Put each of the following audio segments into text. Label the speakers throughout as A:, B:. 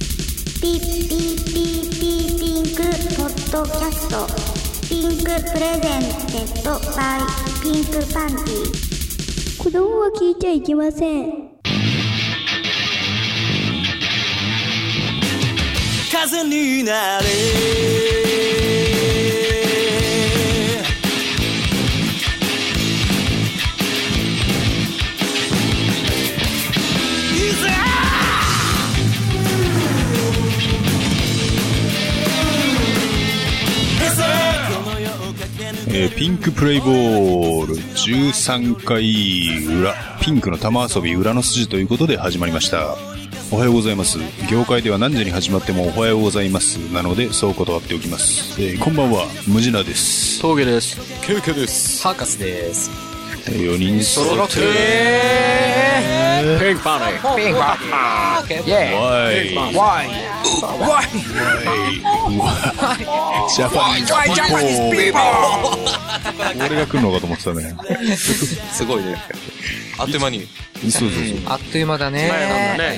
A: ピッピッピッピッピンクポッドキャストピンクプレゼンテッドバイピンクパンティ子供は聞いちゃいけません
B: 風になれいざ
C: えーピンクプレイボール13回裏ピンクの玉遊び裏の筋ということで始まりましたおはようございます業界では何時に始まってもおはようございますなのでそう断っておきます、えーこんばんはムジナです
D: 峠です。
C: ケルケです
D: ハーカスです。
C: 4人揃って
D: ピンクパーティー。ピンクパーティー。イェ
C: わい
D: ーイ。ワイ。ワイ。
C: ジャパニーズ
D: ワイジャパニーズピーポー
C: 俺が来るのかと思ってたね
E: すごいね。あっという間に。
C: そうそうそう
D: あっという間だね。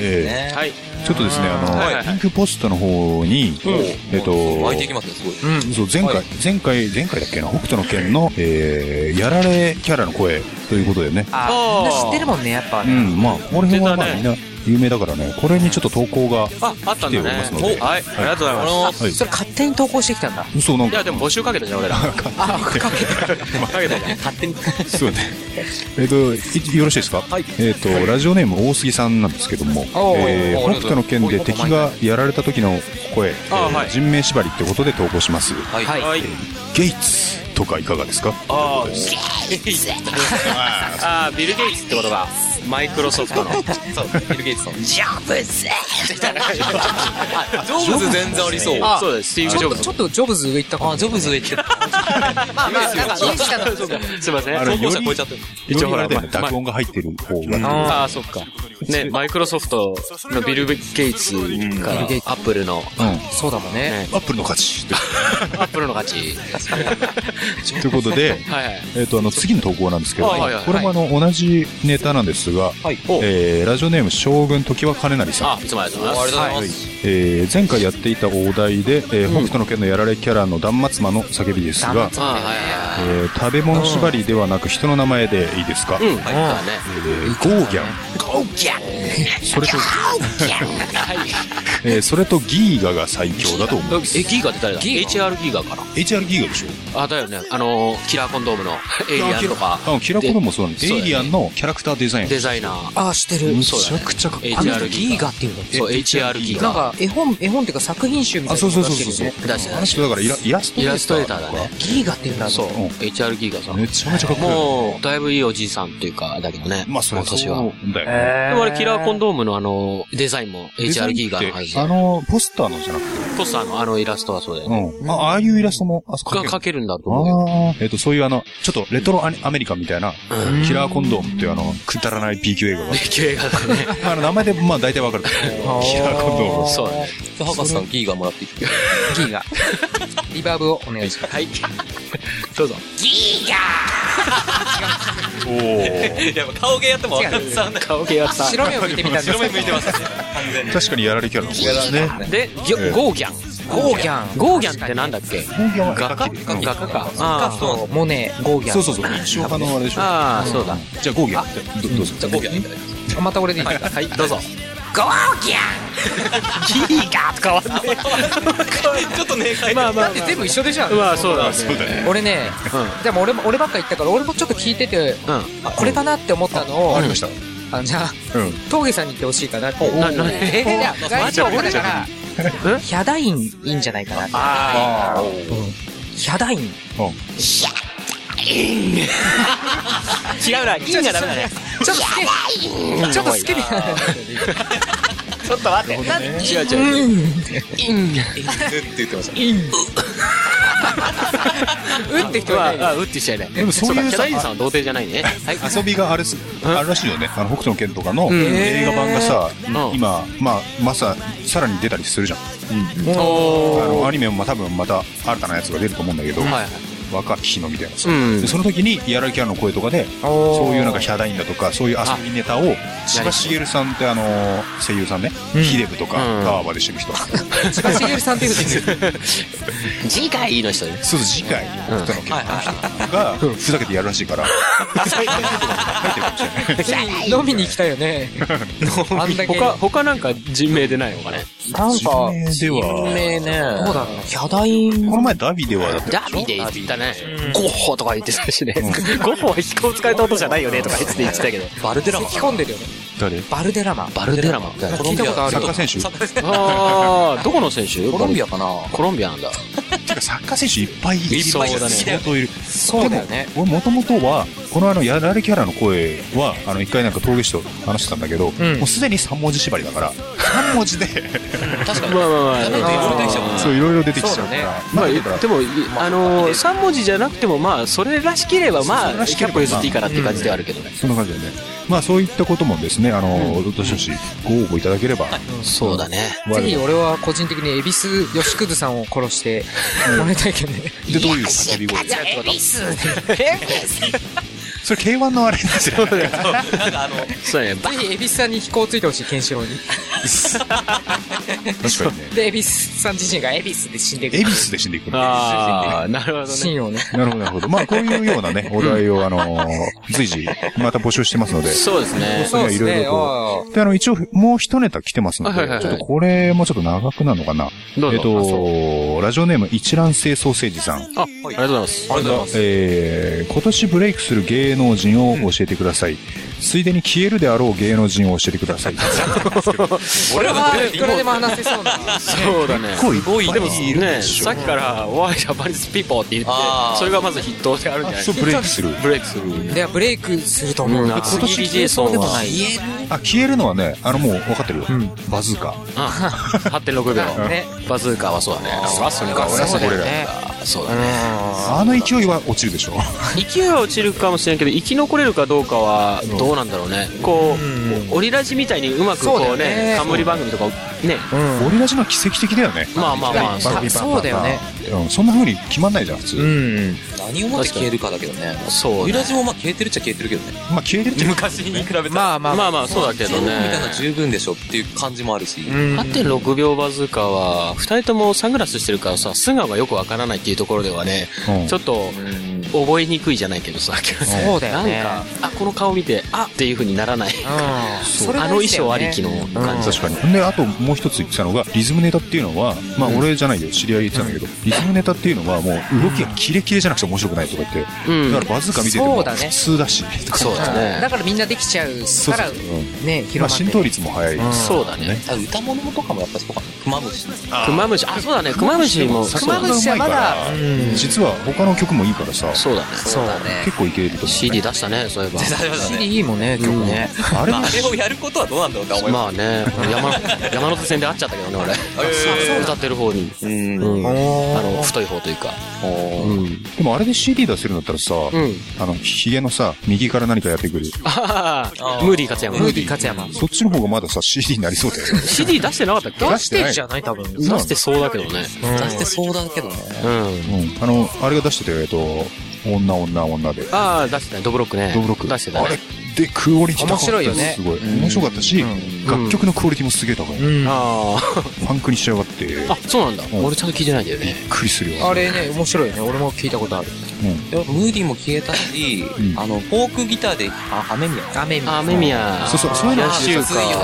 C: え
D: ね。
B: はい
C: ーちょっとですねあの、
E: はい
C: ピンクポストの方に、えっ、と
E: 湧いていきますね、すごい。
C: そう前回、
E: はい
C: 前回、前回だっけな、北斗の拳の、えー、やられキャラの声ということでね。
D: あ、みんな知ってるもんね、やっぱ
C: う
D: ね。
C: ん、まあ、この辺はまあ
B: 出たね
C: みんな有名だからね、これにちょっと投稿が、
B: ああったん
C: 来てお
B: だね
C: りますので
B: おはいありがとうございます
E: あ
C: はい
D: それ勝手に投稿してきたんだ。
C: そうなん
B: いやでも募集かけたじゃん 俺らか
D: あ、かけ
B: けたじゃん
D: 勝手に。
C: そうね。えっ、とい、よろしいですか、
D: い
C: えっ、と、ラジオネーム大杉さんなんですけども、
D: おー
C: えー
E: おー
C: 北斗の拳で敵がやられた時の声、え
B: あ
C: ー
B: はい
C: 人名縛りってことで投稿します。
E: のはい。
D: はい。
B: はい
C: ゲイツとかいかがですか
B: あああービル・ゲイツってことがマイクロソフトの
E: そう、ビル・ゲイツさん。ジ ョブズジョブズ全然ありそう。
D: あ
B: そうですスティーブ・ジ
D: ち
B: ョ
D: ょっ
B: ブ
D: と、
B: ズ
D: ちょっとジョブズ上行ったかも。
E: ジョブズ上行ってる。
D: まあまあ、なんか、上したの。
B: すいません
C: あ
E: 投
C: れ
B: そ
E: 稿
B: う
E: 者超えちゃってる。
B: 一応ほら
C: よりあれだよね
B: ま
C: 濁音が入ってる方が、
B: ああそっかねマイクロソフトのビル・ゲイツからア
D: ビルゲイツ
B: ップルの
C: うん、ア
D: そうだもんね。
C: ップルの勝ちと
B: アップルの勝ち
C: ということで、
B: はいはい
C: えっとあの次の投稿なんですけど、
B: はいはいはい
C: これもあの同じネタなんですが、
B: はいお
C: えーラジオネーム将軍時は金成さん
B: あ、いつもありがとう
E: あ
B: ご
E: り
B: ざ
E: が
B: いま
E: とう
C: は
B: す
E: ございま
C: い
E: す。
C: えー前回やっていたお題で、えー北斗の拳のやられキャラの断末魔の叫びですが、
B: あはいは
C: えー食べ物縛りではなく人の名前でいいですか、
B: い
C: え
B: うんはいだね
C: ーゴーギャンそれと、えーそれとギーガが最強だと思う
B: えギーガって誰だ HR ギーガか
C: HR ギーガでしょ
B: なあだよねあのキラーコンドームのエイリアンとか
C: あキラコロもそうなんです
B: そう
C: エ
B: だ
C: イリ
B: ね
C: アンのキャラクターデザイン
B: デザイナー
D: あ、知ってる。
C: むちゃくちゃかっこいい
D: あの
B: HR
D: ギーガっていうの
B: そう HR ギー
D: なん
B: ガ
D: か、絵本、絵本っていうか作品集み
C: あ
D: たいな
C: そうそう
D: の
C: そう
D: 出して
C: そうそ
D: る
C: う
D: よね。
B: 出して
C: あ
B: ない
C: の人だからイライラストレー
B: イ
C: ター
B: ラストレーターだね
D: ギーガっていうんだ。
B: そう
C: うん
B: HR ギーガさ
C: め
B: ん
C: ちゃめちゃかっこいい
B: もうだいぶいいおじいさんっていうかだけどね
C: まあそれは
B: 今年
C: そ
B: は
C: うだよね、
B: で
D: で
B: もあれキラーコン
D: ド
B: ドームのあのデザインも HR ギーガのはず
C: あの、ポスターのじゃなくて、
B: ポスターのあのイラストはそうだよね
C: うん。あああいうイラストも、あそこ
B: が描
C: かけ
B: けるんだと
C: る
B: 思うよ
C: あーえっと、そういうあの、ちょっとレトロアニアメリカンみたいな、キラーコンドームっていうあの、くだらない B 級映画が。
B: 映画だね
C: あの、名前で、まあ大体わかるけど。キラーコンドーム。
B: そうだね
E: ハカスさん、ギーがもらっていいですか
D: ギーガ。リバーブをお願いします。
B: はいどうぞ
C: お
E: いや、顔芸やっても
D: 分かん
E: さんない。
B: 顔系やった
D: 白目を向いてみたんですけど
E: 白目向いてますね。完全
C: ー
E: に。
C: 確かにやられキャラの声ですね。
B: でギ
C: ええ
B: ョゴーギャン
D: ゴーギャン
B: ゴーギャンってなんだっけ
C: 本業は
B: 画家
C: 絵描き
B: 画家か
D: カ
B: あ
D: フト、モネ、ゴーギャン。
C: そうそうそう。一応あの、あれでしょ。
B: あーそうだ
C: じゃあ、ゴーギャンってどどうぞ。
E: じゃあ、ゴーギャンいただきます。
D: あまた俺でいい
B: あはいどうぞ
E: ちょっとね、変えて。
B: まあま
D: だ
B: あ
D: って全部一緒でしょ。
B: まあそうだ
C: そうだね。
D: 俺ね、
B: う
D: でも俺も俺ばっか言ったから、俺もちょっと聞いてて、
B: うん
D: あこれかなって思ったのを、
C: ありました。
D: あのじゃあ、
C: うん。
D: 峠さんに言ってほしいかなって。
B: なな
D: えー、じゃあ、大丈夫だから、ヒャダインいいんじゃないかなって。
B: ああ
D: ヒャダイン。
C: う
B: 違うなインがダメだね
D: ちょっと好き、ちょっと好きにならないちょっと待って。
B: 違う違う
E: って言ってました。
D: うんって聞こえ
B: ま
D: ない
B: ああ打ってしちゃいない
C: でもそういう
B: キャ
C: さ
B: ダインさんは童貞じゃないねはい
C: ん遊びがあれす、あるらしいよね。あの、北斗の拳とかの
B: ん
C: 映画版がさ
B: う、ん
C: 今、まあ、まさ、さらに出たりするじゃん。
B: お
C: あのアニメも多分また新たなやつが出ると思うんだけど、
B: はい
C: 若き日のみたいなさ、
B: うん
C: でその時にやられキャラの声とかで
B: おー
C: そういうなんかヒャダインだとかそういう遊びネタを千葉茂さんってあの声優さんね、ヒデブとか
B: うん
C: タワーバでしてる人、
D: 千葉茂さんっていうですよ
B: 次回の人ね。
C: そう次回僕との結婚した人がふざけてやるらしい から
D: 飲みに行きたいよねあんだけ
B: 他、他なんか人名でないのかね。
D: なんか
C: では
B: 名ね。
D: そうだろうなヒャダイン
C: この前ダビデはだって
B: ダビで言ったね。ゴッホとか言ってたしね。ゴッホは飛行使えた音じゃないよねとか言って言ってたけど。バルデラマ
D: 咳込んでるよね
C: 誰
D: バルデラマ
B: バルデラマみたいな。
D: 聞いたことある
C: サッ
D: よ
C: カー選手
B: あー、どこの選手
D: コロンビアかな
B: コロンビアなんだ。
C: てかサッカー選手いっぱいい
B: いそうだね
C: 相当いる
D: そうだよね
C: でも俺もともとはこのあのやられキャラの声はあの一回なんか峠師と話してたんだけど、
D: ん
C: もうすでに3文字縛りだから3文字で
E: 確かに。
B: まあまあまあ。
C: そういろいろ出てきちゃうから、ま
B: まあ、
C: あ
B: で
C: だから
B: も、あのー、3文字じゃなくても、まあ、それらしければ、ま
C: それ
B: あ、
C: らしけ
B: キャ
C: れば
B: ップ譲っていいかなっていう感じではあるけどね。
C: そんな感じだよねまあそういったこともですねあの、どしどしご応募いただければ、
B: そうだね。
C: 我
D: ぜ
C: 々
D: ひ俺は個人的に恵比寿吉屑さんを殺してもらいたいけどね
C: でどういう叫び声
D: 恵比寿
C: それ K1 のあれですよね
E: なんかあの、
B: そうだね。
D: ぜひ恵比寿さんに飛行ついてほしいケンシロウに
C: 確かにね
D: で恵比寿さん自身が恵比寿で死んでい
C: 恵
D: く
C: 比寿で死んでいくの
B: ああ、なるほど
D: シ
B: ね。
D: ーンをね
C: なるほどなるほどまあこういうようなねお題をあの随時また募集してますので
B: そうですね。
C: そうですねいろいろと
D: お
C: で、あの、一応、もう一ネタ来てますので、
B: はいはいはい
C: ちょっとこれもちょっと長くなるのかな。
B: どうぞ
C: えっと、ラジオネーム一卵性ソーセージさん。
B: あ、ありがとうございます。
E: ありがとうございます。
C: えー今年ブレイクする芸能人を教えてください。ついでに消えるであろう芸能人を教えてください。
D: これはいくらでも話せそうな
B: そうだね。
C: いっぱい
B: でも
C: いる
B: ね、
C: でしょ
B: さっきから、おい、ジャパニーズピーポーって言って
E: あ、ー
B: それがまず筆頭であるんじゃない
C: そうブレイクする。
B: ブレイクする。うん、
D: ではブレイクすると思うな
B: 厚切りジェイソンは、
C: あ、消えるのはね、あの、もう分かってるよ。バズーカ。
B: あ8.6秒。
D: ね
B: バズーカはそうだね。あ、それか。
D: そうだよね
B: そうだね。
C: あの勢いは落ちるでしょ。
B: 勢いは落ちるかもしれんけど生き残れるかどうかはどうなんだろうねこうオリラジみたいにうまくこ
D: そう
B: う
D: だよね
B: ね冠番組とかをね
D: うん
C: 俺たちの奇跡的だよね。
B: まあまあま
C: バ
B: あ
C: ンバンバンバン
D: そうだよね。
C: うんそんな風に決まんないじゃん、普通。
D: うん
E: 何をもって消えるかだけどね。
B: そう
E: ウイ
B: ね
E: ラジもまあ消えてるっちゃ消えてるけど ね。
C: まあ、消えてるっちゃ
E: 昔に比べたら。
D: まあまあ
B: ま
D: ま
B: あ
D: あ
B: まあそうだけど
E: みたい
B: ね
E: なの十分でしょっていう感じもあるし。
D: うん
B: 8.6秒バズーカは2人ともサングラスしてるからさ素顔がよくわからないっていうところではね
C: うん
B: ちょっと覚えにくいじゃないけどさ
D: そうだよね
B: なんかあこの顔見てあっていう風にならない
D: うんそれ
B: あ
D: 大
B: の衣
D: 事だよね
B: 装ありきの感じ
C: 確かに。で、あともう一つ言ってたのが、リズムネタっていうのは、まあ俺じゃないよ、知り合い言ってたんだけど、リズムネタっていうのはもう動きがキレキレじゃなくて面白くないとか言って、
B: うん
C: だからバズーカ見てても
D: そうだね
C: 普通だし、とか
B: そうだね
D: だからみんなできちゃう
C: そうそ
D: か
C: う
D: ら
C: そう
D: ね
C: まあ
D: 広
C: 浸
D: まっ
C: 透
D: て
C: 率も早い。
B: そうだね
E: あ歌物とかもやっぱそうかな。熊虫。
B: クマムシあそうだねクマムシも
C: 作
B: そ
C: 曲
B: う
C: が
B: だね
D: 熊虫はまだ
C: うまいから実は他の曲もいいからさ、
B: そうだね
D: そうだね
C: 結構いけると思う。
B: CD 出したね そういえば
E: ね。
D: いいもんね曲ね
C: あれ
E: ま
C: も
E: あ、あれをやることはどうなんだろうって思いま
B: まあね、山山手線で会っちゃったけどね、 俺。歌ってる方に。
E: す。うん
B: うん。
D: おー
B: あの、太い方というか。うん。
C: でもあれで CD 出せるんだったらさ、
B: うん。
C: あの、ヒゲのさ、右から何かやってくる。
B: ああ、ムーディー勝山。
D: ムーディー勝山
C: そっちの方がまださ、CD になりそうだよね。
B: CD 出してなかったっけ
C: 出
D: 出
C: し
D: してて
C: なんい
D: じゃない多分
B: 出してそうだけどね。
E: 出してそうだけどね。
B: うん。
C: うん。あの、あれが出してたよ、えっと、女女女で。
B: ああ、出してたね。ドブロックね。
C: ドブロック。
B: 出してた
C: あれ
B: ね。
C: で、クオリティ高かった
D: 面白いよね
C: すごい。面白かったし、楽曲のクオリティもすげえ高い。
D: うん
B: あ
C: パンクに仕上がって、びっ
B: あ。あ、 そうなんだ。
C: ん
B: 俺ちゃんと聞いてないんだよね。
C: くりするよ。
D: あれね面白いよね俺も聞いたことある
E: でもムーディーも消えたし、
C: うん
E: あの、フォークギターで、あ、雨宮か。
D: 雨見
B: あー、メミヤ。
C: そうそう、そういうのが
B: 野球
E: 熱いよね
B: か。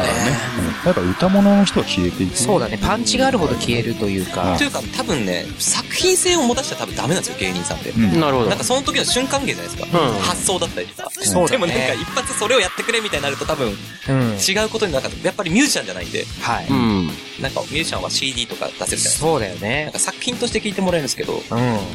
C: うんやっぱ歌物の人は消えていく。
D: そうだねパンチがあるほど消えるというか
E: というか、多分ね、作品性を持たしちゃ多分ダメなんですよ、芸人さんって。
C: うん。
B: なるほど
E: なん。かその時の瞬間芸じゃないですか。
B: うん
E: 発想だったりとか。
D: そうだね
E: でもなんか一発それをやってくれみたいになると多分
D: うん
E: 違うことになるから、やっぱりミュージシャンじゃないんで、
D: はい
B: うん。
E: なんかミュージシャンは CD とか出せるじゃないですか。
D: そうだよ
E: なん
D: ね
E: か作品として聞いてもらえるんですけど、
D: うん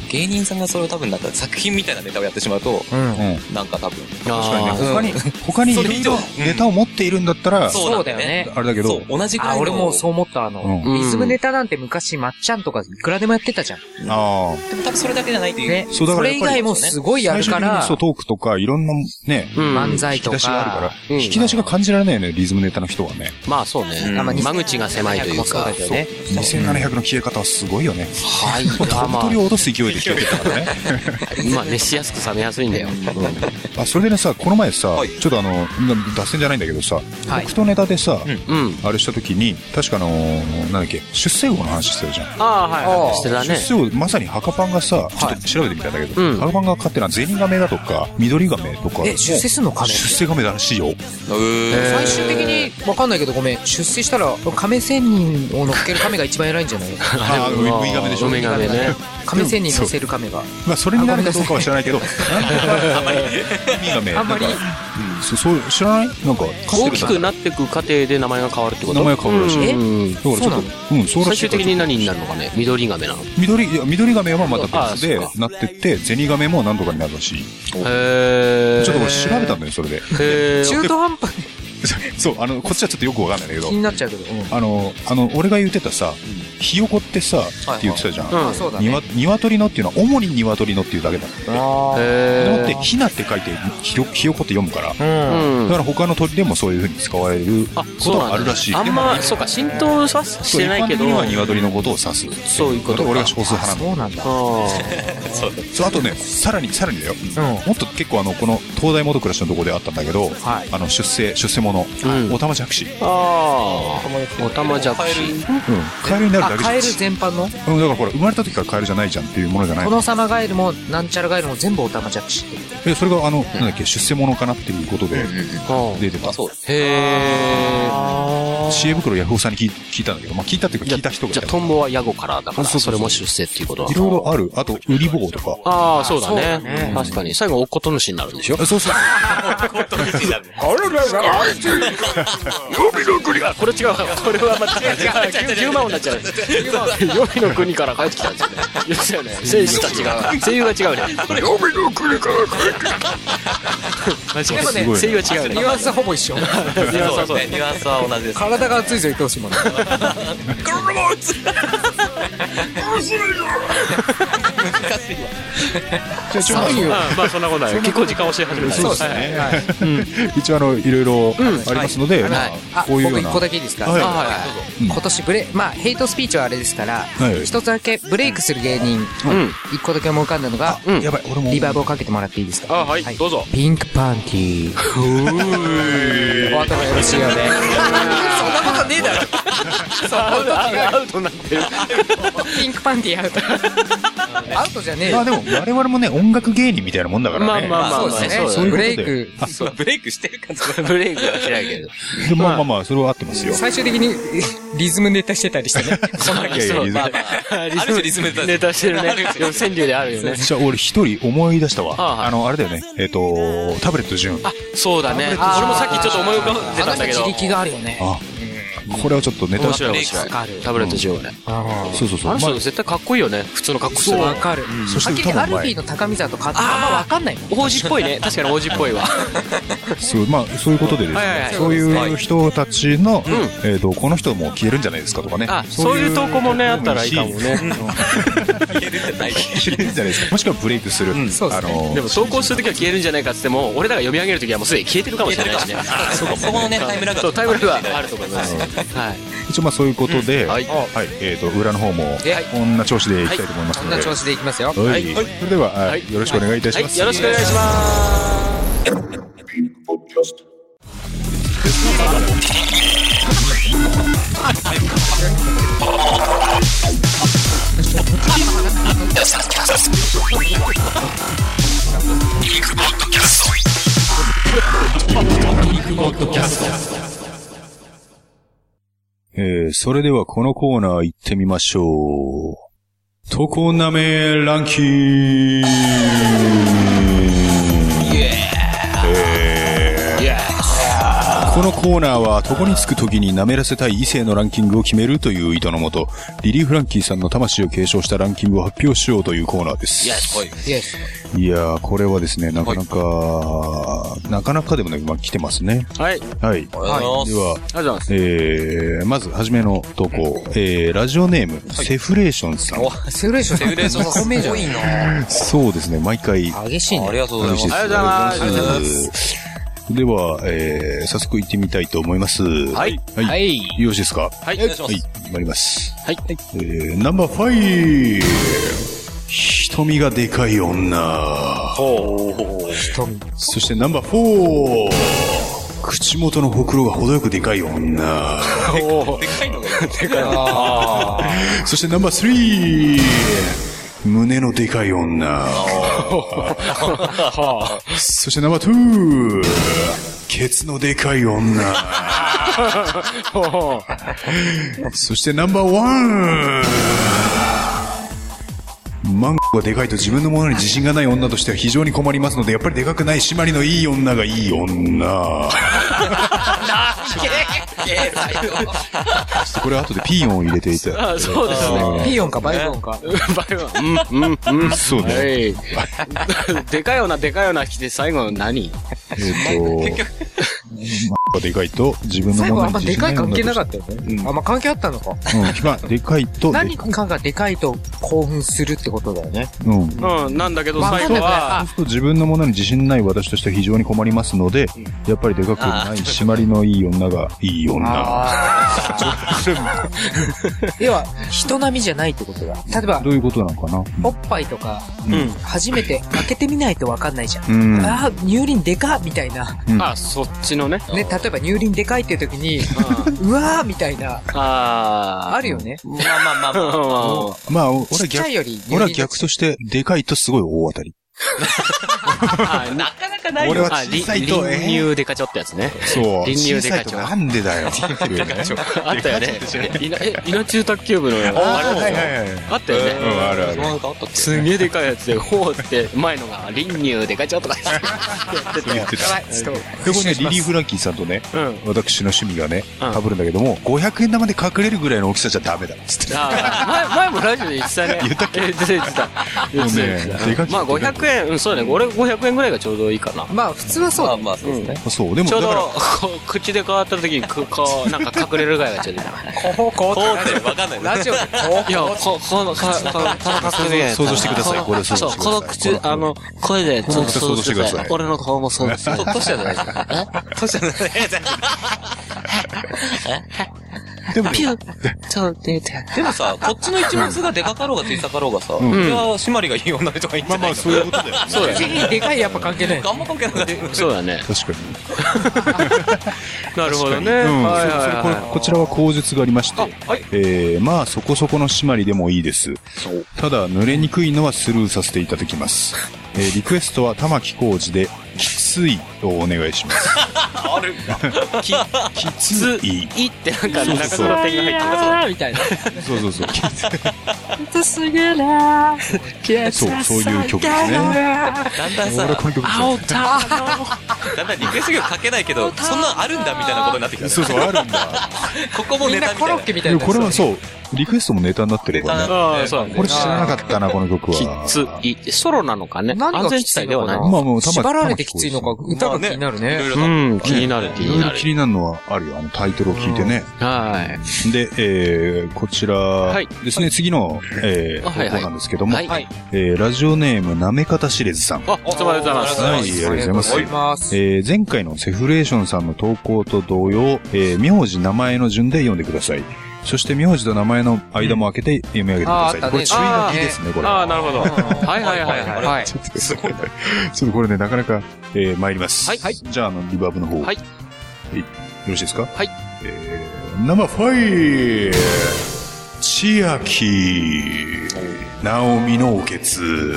E: 芸人さんがそれを多分なんか作品みたいなネタをやってしまうと、
D: うん
C: うん。
E: なんか多分。
C: 確かにね、
B: あ
C: 他に、他にい
E: そ
C: ろ
E: れ
C: い
E: 以
C: ろ
E: 上
C: ネタを持っているんだったら、
E: そう
D: そうだよね
C: あれだけ
E: そ
C: ど
E: う、、同じぐらい
D: あ
E: の。
D: 俺もそう思ったあの
C: うん
D: リズムネタなんて昔まっちゃんとかいくらでもやってたじゃん
C: ああ。
E: でも多分それだけじゃないっていう。
D: ね
C: そうだ
D: そ
C: からやっ
D: れ以
C: ぱり
D: 外もすごいやるか
C: 最終的
D: ら
C: にそう、トークとか、いろんなね、
B: あ。うん。
D: 漫才
C: 引き
D: と
C: 出しがあるか、
D: から
B: うん
C: 引き出しが感じられないよね、リズムネタの人はね。
B: まあそうね。
D: あまあ
B: 間口が狭いとい
D: 2700
B: う
D: もそう
B: か
D: だ。けどね
C: 2700の消え方はすごいよね。
B: はい。
C: もう
B: まあ
C: 飛ぶ
B: まあ
C: 鳥を落とす勢いで消えてたからね。
B: まあ熱しやすく冷めやすいんだよ。
C: あそれでねさこの前さ、
E: はい
C: ちょっとあのな脱線じゃないんだけどさ、
D: はい
C: 僕とネタでさ、
B: うん。
C: あれした時に確かあのーなんだっけ出世魚の話してるじゃん
B: ああ、はい
D: あ
B: は
D: あ
B: い。してたね。
C: 出世魚まさにハカパンがさちょっと調べてみたんだけど、
B: うん
C: ハカパンが飼ってるのはゼニガメだとか緑ガメとか
D: え出世すんのカメって
C: 出世ガメらしいよ
E: え
D: 最終的に分かんないけどごめん出世したら亀仙人を乗っける亀が一番偉いんじ ゃない
C: あーウイウイガメでしょ
B: ウイガメね。
D: 亀仙人乗せる亀が
C: まあ、それになるかどうかは知らないけど、あんまり、意味がね、
D: あんまり
C: なんかうんそそう知らないなんか、
B: 大きくなってく過程で名前が変わるってこと
C: 名前が変わるらしい
B: うんうんうん
C: だからちょっ
D: そうな
C: と、うん、そうら
B: 最
C: しいか
B: 終
C: ら
B: 的に何になるのかね緑ガメなの。へ
C: 緑、いや、緑ガメはまた別で
B: あそうか
C: なってって、ゼニガメもなんとかになるらしい。ちょっ
B: え。
C: と俺調べたんだよ、それで。
B: へえ。
D: 中途半端に
C: そう、あの、こっちはちょっとよくわかんないんだけど
D: 気、になっちゃうけど、うん
C: あの、あの、俺が言ってたさ、ひよこってさ、って言ってたじゃん。
B: うん
D: あそうだ
C: にわ
D: ね
C: 鶏のっていうのは主に鶏のっていうだけだって。
D: あー
C: だ
B: へ
C: って、
B: え。
C: ひなって書いて、ひよひよこって読むから。
D: うん
B: うん
C: だから他の鳥でもそういう風に使われる
B: あ、
C: こ
B: そう
C: と
B: なん
C: があ
B: だ
C: るらしい。
B: あん
C: で
B: ま、
C: も
B: そうか、浸透はさ
C: そ
B: し
C: う
B: てないけど。
C: 一般
B: あ
C: 的には鶏のことを指す。
B: そういうことか
C: 俺が少数派なんだ。
D: そうなんだ
B: あ。
C: そうあとね、さらにさらにだよ。
D: う
C: もっと結構あの、この東大元暮らしのところであったんだけど、
D: はい
C: あの、出世、出世者、
B: うん
C: おたまじゃくし。うん。
B: ああ。おたまじゃくし。
C: カエルになる
D: あ
C: だけじゃ
D: カ
C: ん。
D: エル全般の
C: うん、だからこれ、生まれた時からカエルじゃないじゃんっていうものじゃない。
D: 殿様ガエルもなんちゃらガエルも全部オタマジャクシって
C: え、それがあの、なんだっけ、出世者かなっていうことで
B: うん
C: 出てた。
B: へえ。
C: 知恵袋ヤフオさんに聞い聞いたんだけど、まあ聞いたっていうか聞いた人がい
B: じゃ
C: た
B: あ、トンボはヤゴからだから、
C: そうそうそ。
B: そうれも出世っていうことはい
C: ろいろある。あと、ウリボウとか。
B: ああ、そうだ
D: そうだ
B: ね
D: ね。
B: 確かに。最後、おっこと主になるんでしょ
C: あそうそう。
B: あ、これ違うわ。これはまた違う違う。ヒューマンになっちゃう。予備の国から帰ってきたんですよね。言ってたよね。選手たちが。声優が違うね。
C: で
D: もね
B: 声優は違う
D: ニ
B: ね。
D: ュアンスはほぼ一緒
B: ニュアンスはそ
E: そう
B: う
E: ねニュアンス は同じです
D: 体が熱いぞ言ってほしいもんね
C: じゃあちょっと
B: うんまあ、そんなことない。結構時間をして始めた。
C: そうですね。一応あのいろいろありますので、まあ
D: あ
C: こうい
D: 僕
C: うような
D: 一個だけいいですか、
C: はい
D: あ
C: は
D: うん今年ブレまあヘイトスピーチはあれですから一、
C: はい
D: つだけブレイクする芸人
B: ん
D: 一個だけ思い浮かんだのが、
B: うん
C: やばい俺も
D: リバーブをかけてもらっていいですか
B: あはいどうぞ
D: ピンクパンティーお後がよろしいよねそんなことねえだろ
B: アウトになってる。
D: ピンクパンティーアウトアウトじゃねえ
C: まあ
D: よ
C: でも我々もね音楽芸人みたいなもんだからね。
B: まあまあまあ、
D: そうですね
B: そうだ
C: ういうこと
D: ブ
C: で
D: レイク
E: そうブレイクしてる感じ
B: ブレイクは嫌いけど。
C: でまあまあまあそれは合ってますよ。
D: 最終的にリズムネタしてたりしてね
C: いやいや
B: そ
C: い
B: う
C: や
B: まあまあ
E: ある種リズムネタです
B: ネタしてるね。でも川柳であるよね。
C: じゃあ俺一人思い出したわ。
B: あはい
C: あのあれだよね。えっとタブレット順。
B: あ、そうだね。俺
D: あー
B: もさっきちょっと思い浮かんで
D: あ
B: た
D: の
B: ん
D: 人
B: だけど。
D: 自力があるよね
C: あ、これはちょっとネタ
B: 面
C: そう
B: 白い面白い。タブレット上ね。
C: そうそう。
B: あ
C: ま
B: の
C: あ
B: 人絶対かっこいいよね。普通の格好してる。
D: わかる、
C: そして
D: はっきり
C: 歌も
D: ア
C: うまい
D: ルフィーの高見沢とかあんまわかんないもん
B: 王子っぽいね。確かに王子っぽいわ。
C: そうまあそういうことでです
B: はいはいは
C: ね
B: い。
C: そういう人たちのえっとこの人も消えるんじゃないですかとかね。
B: あ、そういう投稿もね、あったらいいかもね。
C: 消えるんじゃないですか。もしくはブレイクする。
D: そうで
C: あ
D: すね
C: の
B: でも投稿するときは消えるんじゃないかっつっても、俺らが読み上げるときはもうすでに消えてるかもしれないしね。
E: そうかそこのねタイムラグが
B: そう、タイムラグはあると思います。はい。
C: 一応まあそういうことで、
B: は
C: はいい、えっ、と裏の方も
D: はい
C: こんな調子でいきたいと思います
D: そ
C: の
D: ん
C: で、
D: な調子でいきますよ
C: はい、それでは、
B: い
C: よろしくお願いいたし
B: は
C: ます。
B: い、よろしくお願いします。
C: えーそれではこのコーナー行ってみましょう。トコナメランキングこのコーナーは、床につく時に舐めらせたい異性のランキングを決めるという意図のもと、リリー・フランキーさんの魂を継承したランキングを発表しようというコーナーです。
D: イエス
C: いやー、これはですね、なかなか、なかなかでもね、まあ、来てますね。
B: はい、ありが
C: はい。で
E: ありがとうございます
C: は、
B: とうございます。
C: えー、まず、はじめの投稿。えー、ラジオネーム、セフレーションさん。
D: セグレーションセグレーションすごいな
C: そうですね、毎回。
D: 激しい
E: あり
D: ね
E: がとうございます
B: ありがとうございます。
C: ありがとうございます。では、えー、早速行ってみたいと思います。はいはい。
D: はい
C: よろしいですか
B: はい
E: お願いします
C: はい、参ります。
B: はい。
C: えー、ナンバーファイブ瞳がでかい女。
D: 瞳。
C: そしてナンバー4。口元のほくろが程よくでかい女。
E: でかいのがいい。
C: そしてナンバー3。胸のでかい女。そしてナンバー2。ケツのでかい女。そしてナンバー1。マンコがでかいと自分のものに自信がない女としては非常に困りますので、やっぱりでかくない締まりのいい女がいい女。これ後でピーヨンを入れていた。
B: あそうですね。
D: ピーヨンかバイゾンか。
B: バイバイ。うん、うん、うん。
C: そうね。
B: はい。 でかいような、でかいような来て、最後何
C: えっ、と、まあ、でかいと、自分の
D: 最
C: も
D: 後
C: の
D: あんま
C: に自
D: で
C: 信
D: かい関係なか
C: っ
D: ったよね。あんま関係あったのか。
C: た。うん、まあ、でかいと、
D: 何
C: でかい
D: かがでかいと興奮するってことだよね。
C: うん。そう
B: うん、なんだけど、
D: わ
B: 最
D: かんな
B: 後
D: くない
B: は、
C: すると自分のものに自信ない私としては非常に困りますので、やっぱりでかくない締まりのいい女がいい女。
D: ああ。 要は、人並みじゃないってことだ。例えば
C: ど、ういうことなのかな
D: おっぱいとか、
B: うん。
D: 初めて開けてみないとわかんないじゃん。
C: うん。
D: ああ、乳輪でかっみたいな。ね、
B: あ、そっちのね。
D: 例えば乳輪でかいって時に、うわーみたいな、
B: あ
D: あるよね。
E: まあまあまあ
B: あ。
E: まあ。
C: まあ、俺は
D: ちっちゃ
C: 逆
D: い、より乳輪
C: 俺は
D: でか
C: 逆として、でかいとすごい大当たり。
B: なかなかない
C: よ俺は小さいとえー
B: 臨入デカチョってやつね。
C: そう。
B: 臨入
C: 小
B: で
C: さ
B: か
C: い
B: い
C: と
B: と
C: なんでだよ。
B: あったよね。いなえ、稲中卓球部のやつ。
C: あ
B: あ
C: ーはい
B: れ
C: はいはい。
B: あったよ
C: うん、
B: ね。
C: あるあ
E: そ
C: る
E: う。なんかあったっ
B: すげえでかいやつで、ほうって、前のが、臨入デカチョ とか
C: そう言ってた。
D: い。ちょっと
C: で、これね、リリー・フランキーさんとね、
B: うん。
C: 私の趣味がね、
B: うん
C: 被るんだけども、500円玉で隠れけるぐらいの大きさじゃダメだっつって。
B: ああ、前、前もラジオで言ってたね。
C: 言ったっ
B: け言ってた、言ってた。言ってた
C: もうね
B: 言って
C: でか
B: た
C: く
B: まあ500円、うん、そうだね。俺500円ぐらいがちょうどいいかな。
D: まあ、普通はそう
E: ま
D: だ
E: あまあ、そうですね。
C: そう、でも
B: ちょ
C: だ
B: うど
C: か、
B: こう口で変わった時に、くこう、なんか隠れるぐらいがちょうどいいかな。
D: こう、こ
E: こうってわかんない。
D: ラジオでこ
B: いや、 こ、この、か、か、か、か、
C: 想像してくださいこれを想像してください
B: そう、この口、あの、声で、ちょっと想像してください。俺の顔 も想像してください。
E: 年じゃないですか。年じゃないですか。
C: ら、でもね、
B: ピュッ、ちょっと出て。
E: でもさ、こっちの一物がでかかろうが小さかろうがさ、これは締まりがいい女の人がいいんじ
C: まあ
E: ゃな
C: ま
E: い
C: あ、
E: の
C: そういうことだよね。
B: そうだ
D: う、
B: ね。
D: 次にでかいやっぱ関係ない。
E: あんま関係なかった。
B: そうだね。
C: 確かに。
B: なるほどね。は
C: う
B: い
C: ん、
B: はい
C: それそれ
B: は
C: ここちらは口述がありまして、えー、まあそこそこの締まりでもいいです。ただ、濡れにくいのはスルーさせていただき ます。えー、リクエストは玉木浩二で、きついをお願いし ます。あ るき、きつい。
B: い。いいってなんか、
C: そう
B: 中
C: そう
B: 村点が入ってる。
D: あーみたいな。
C: そうそう そう。
D: すげな
C: そう、そういう曲ですね。
E: だんだん
C: 俺は
E: さ、
C: この曲ですね
E: だんだんリクエスト曲書けないけど、そんなんあるんだみたいなことになってきたね。
C: そうそう、あるんだ。
E: ここも
D: みん
E: ネ
D: な
E: タみ
D: コ
E: た
D: ロ
E: いな
D: ッ。ケみたい
C: でも
D: な。
C: これはそう、リクエストもネタになってるからね。
B: ああ、そうだね
C: こ。れ知らなかったな、この曲
B: キ
C: は
B: ッ。ズ、い、ソロなのかね。
D: 何が
B: 安全地帯ではない。
C: まあもう、玉木
D: 縛られてきついのか、歌が気になる
E: いろい
D: ね。
E: ろ
B: う
E: と
B: ん、気になる、気
C: いろ
B: に
C: い
B: な
C: ろ
B: る。
C: 気になるのはあるよ、あのタイトルを聞いてね。
B: はい。
C: で、えー、こちら
B: い
C: ですね、次の、えー、
B: あはい
C: 投稿
B: はい
C: なんですけども、
B: はい。はい。
C: えー、ラジオネーム、なめかたしれずさん。
B: あ、お疲れ様でございます。
C: はい、あ
D: あ
C: り
D: り
C: がと
D: が
C: う
D: とう
C: ございま
D: ござ
C: す
D: い。ます。
C: えー前回のセフレーションさんの投稿と同様、えー、名字、名前の順で読んでください。そして名字と名前の間も空けて読み上げてください。
D: うんあーあったね
C: これ注意書きですね、これ。
B: ああ、なるほど。はいはいはいはい。
D: はい。
C: ちょっと、すごいな。 ちょっとこれね、なかなか、えー、参ります。
B: はいはい
C: じゃあ、あの、リバーブの方。
B: はい
C: よろしいですか
B: はい。
C: えー、ナンバーファイブ千秋直美のおけつ。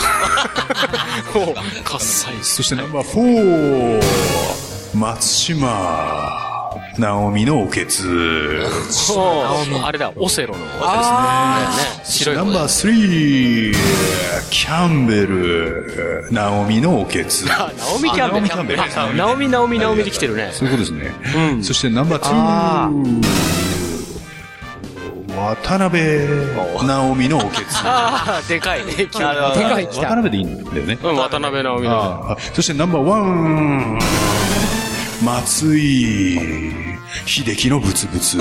B: 喝采。
C: そしてナンバーフォー松島直美のおけつ。
B: そう。あれだ、オセロの。
D: あ
B: ね、
C: そして
B: 白い
C: ナ
B: 方
C: ン
B: ね
C: バースリーキャンベル直美のおけ つ。
B: あナオミキャンベル。
C: あナオミキャンベル
B: あナオミ、ナオミ、ナオミで来てるね。
C: そういうことですね。
B: うん。
C: そしてナンバーツー渡辺直美のおけつ。
B: ああ、でかい。 でか
D: で
B: い。
D: かい来
C: 渡
D: た。
C: 辺でいいんだよね。
B: うん、渡辺直美の。
C: ああそしてナンバーワン松井秀樹のブツブツ。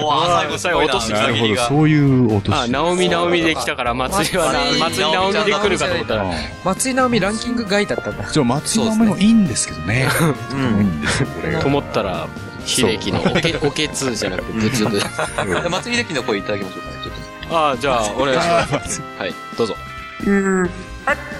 E: おわー、最後、最後、落としてき
C: な
E: た
C: るほ
E: ぎ
C: ど、
E: が。
C: そういう音
B: あ、ナオミ、ナオミで来たから、松井はな、松井
E: 松井
B: ナオミで来るかと思ったら。
D: 松井直美ランキング外だったんだ。
C: じゃあ松井直美もいいんですけどね。いいんですよこれが
B: と思ったら、秀樹のおけ、おけつじゃなくて、ぶつぶつ。
E: 松井秀喜の声いただきましょうかね。ちょっと
B: ああ、じゃあ、お願いします。はい、どうぞ。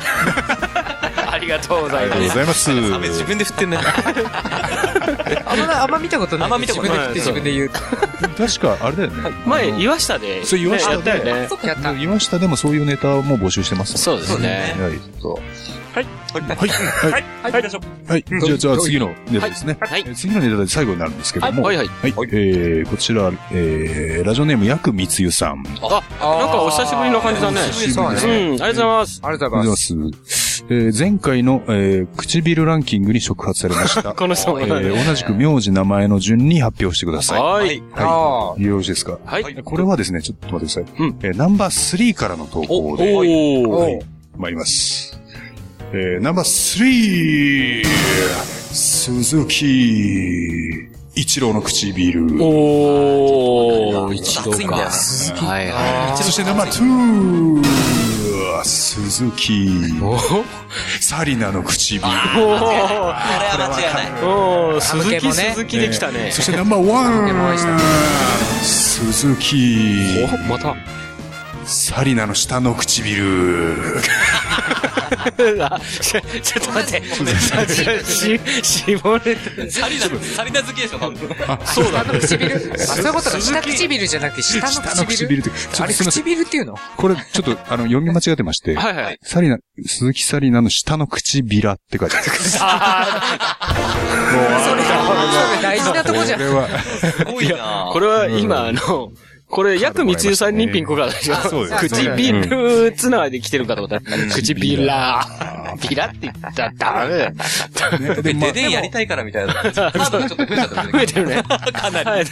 B: ありがとうござ
C: あ
B: い
C: りが
B: ま
C: とうご
B: す。
C: ざいます。
E: 雨自分で振ってんね。
D: あんまあんま見たことない。
E: あんま見たことない
D: 自分で振って自分で
C: 確か、あれだよね。
B: 前、岩下で、
C: そう岩下で
B: ねやったよね。
D: 言う。やった。
C: 今下でもそういうネタも募集してます。
B: そうですね。
C: はい、そう。はい。はい。はい。
F: はい、大丈夫。
C: はい。じゃあ、じゃあ次のネタですね。
B: はい
C: えー次のネタで最後になるんですけども。
B: はいはい
C: はい。えー、こちら、えー、ラジオネーム、ヤクミツユさん。
B: あ、なんかお久しぶりの感じだね。
C: 久しぶりです
B: うん、ありがとうございます。
D: ありがとう
C: あ
D: ござ
C: りが
D: いま
C: と
D: す。
C: うございます。えー前回の、えー唇ランキングに触発されま した。
B: この人も
C: えー同じく名字名前の順に発表してください。
B: はい。
D: あ
C: よろしいですか
B: はい。
C: これはですね、ちょっと待ってください。
B: うん
C: えーナンバー3からの投
B: お、
C: 稿
B: お
C: で、
B: ー。
C: はい、参ります。えーナンバー 3! 鈴木一郎の唇。
B: おー、一
E: 熱い
B: 度
E: んだよ
B: か
E: な。
B: はいは
C: そしてナンバー 2! 鈴木サリナの唇。
B: い。お
E: これは間違いない。
B: ー、おー、鈴木鈴木できた
C: えー
B: ね
C: そ。してナンバーワン鈴木
B: また。
C: サリナの下の唇
B: あちょ ちょっと待って。し、絞れて。
E: サリナ、サリナ好きでしょ、多分。
B: そうだね。
D: あ。そういうことか。下唇じゃなくて下の
C: 下の唇
D: 唇。
C: ってちょ
D: あ
C: っと
D: れ
C: すいません
D: 唇っていうの
C: これちょっとあの読み間違ってまして
B: はいはい。
C: サリナ鈴木サリナの下の唇って書いてある
D: 大事なとこじゃん。
C: これは
E: すごいな
B: これは今、あの、これ、約三つさんにピンクがあるでしょ
C: そうです
B: 唇つながりで来てるかと思ったら、唇らー、ビラって言ったらダメだよ。
C: でまあ
E: で、でやりたいからみたいな。ハードがちょっと増えちゃったんだ
B: 増
E: け
B: えてるね。かなり。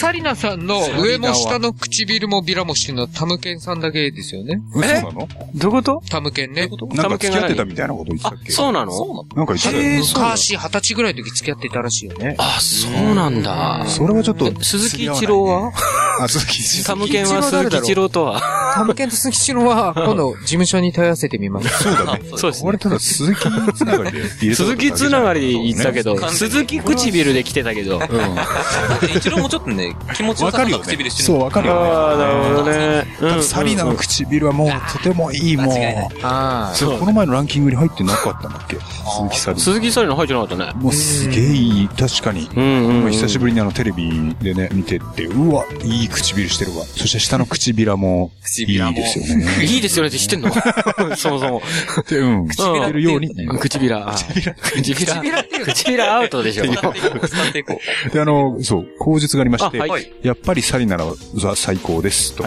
D: サリナさんの上も下の唇もビラもしてるのはタムケンさんだけですよね。
C: 嘘なの
B: どういうこと
D: タムケンね。
C: なんか付き合ってたみたいなこと言ってたっけ
B: そうなの
C: なんか言ってたよ
D: 昔、二十歳ぐらいの時付き合っていたらしいよね。
B: あ、そうなんだ。
C: それはちょっと
B: え鈴木一郎は
C: あ鈴木一
B: サ
C: 郎
B: ムケンは鈴木一郎とは。
D: タムケンと鈴木千郎は、今度、事務所に問い合わせてみます。
C: そうだね
B: そうですね。
C: 俺ただ鈴木つながりで入れたことだ
B: 鈴
C: けじ
B: 木
C: ゃん
B: つながりで言ってたけど、
E: そうね
B: 鈴木唇で来てたけど。あ
C: うん
E: ど。だって 一郎もちょっとね、気持ちよ
C: わ
E: さ
C: かる
E: そう
C: よ
E: な
C: ね
E: 唇して
C: そう
E: るもん。
C: わかるよね
B: あ、なるほどね。うん
C: サリナの唇はもうとてもいい、もう。
D: あ
C: それこの前のランキングに入ってなかったんだっけ鈴木サリ
B: 鈴木サリナ入ってなかったね
C: ナ。もうすげえいい、確かに。。
B: うんうんうん。
C: 久しぶりにあのテレビでね、見てって、うわ、いい唇してるわ。そして下の唇も、いいですよね。
B: いいですよねって知ってんの そもそも。
C: でうん。唇てるように。
B: 唇。あ唇。唇。唇アウトでしょ。
E: 使っていこう。
C: で、あの、そう、口述がありまして、
B: あはい
C: やっぱりサリナはザ最高です、と。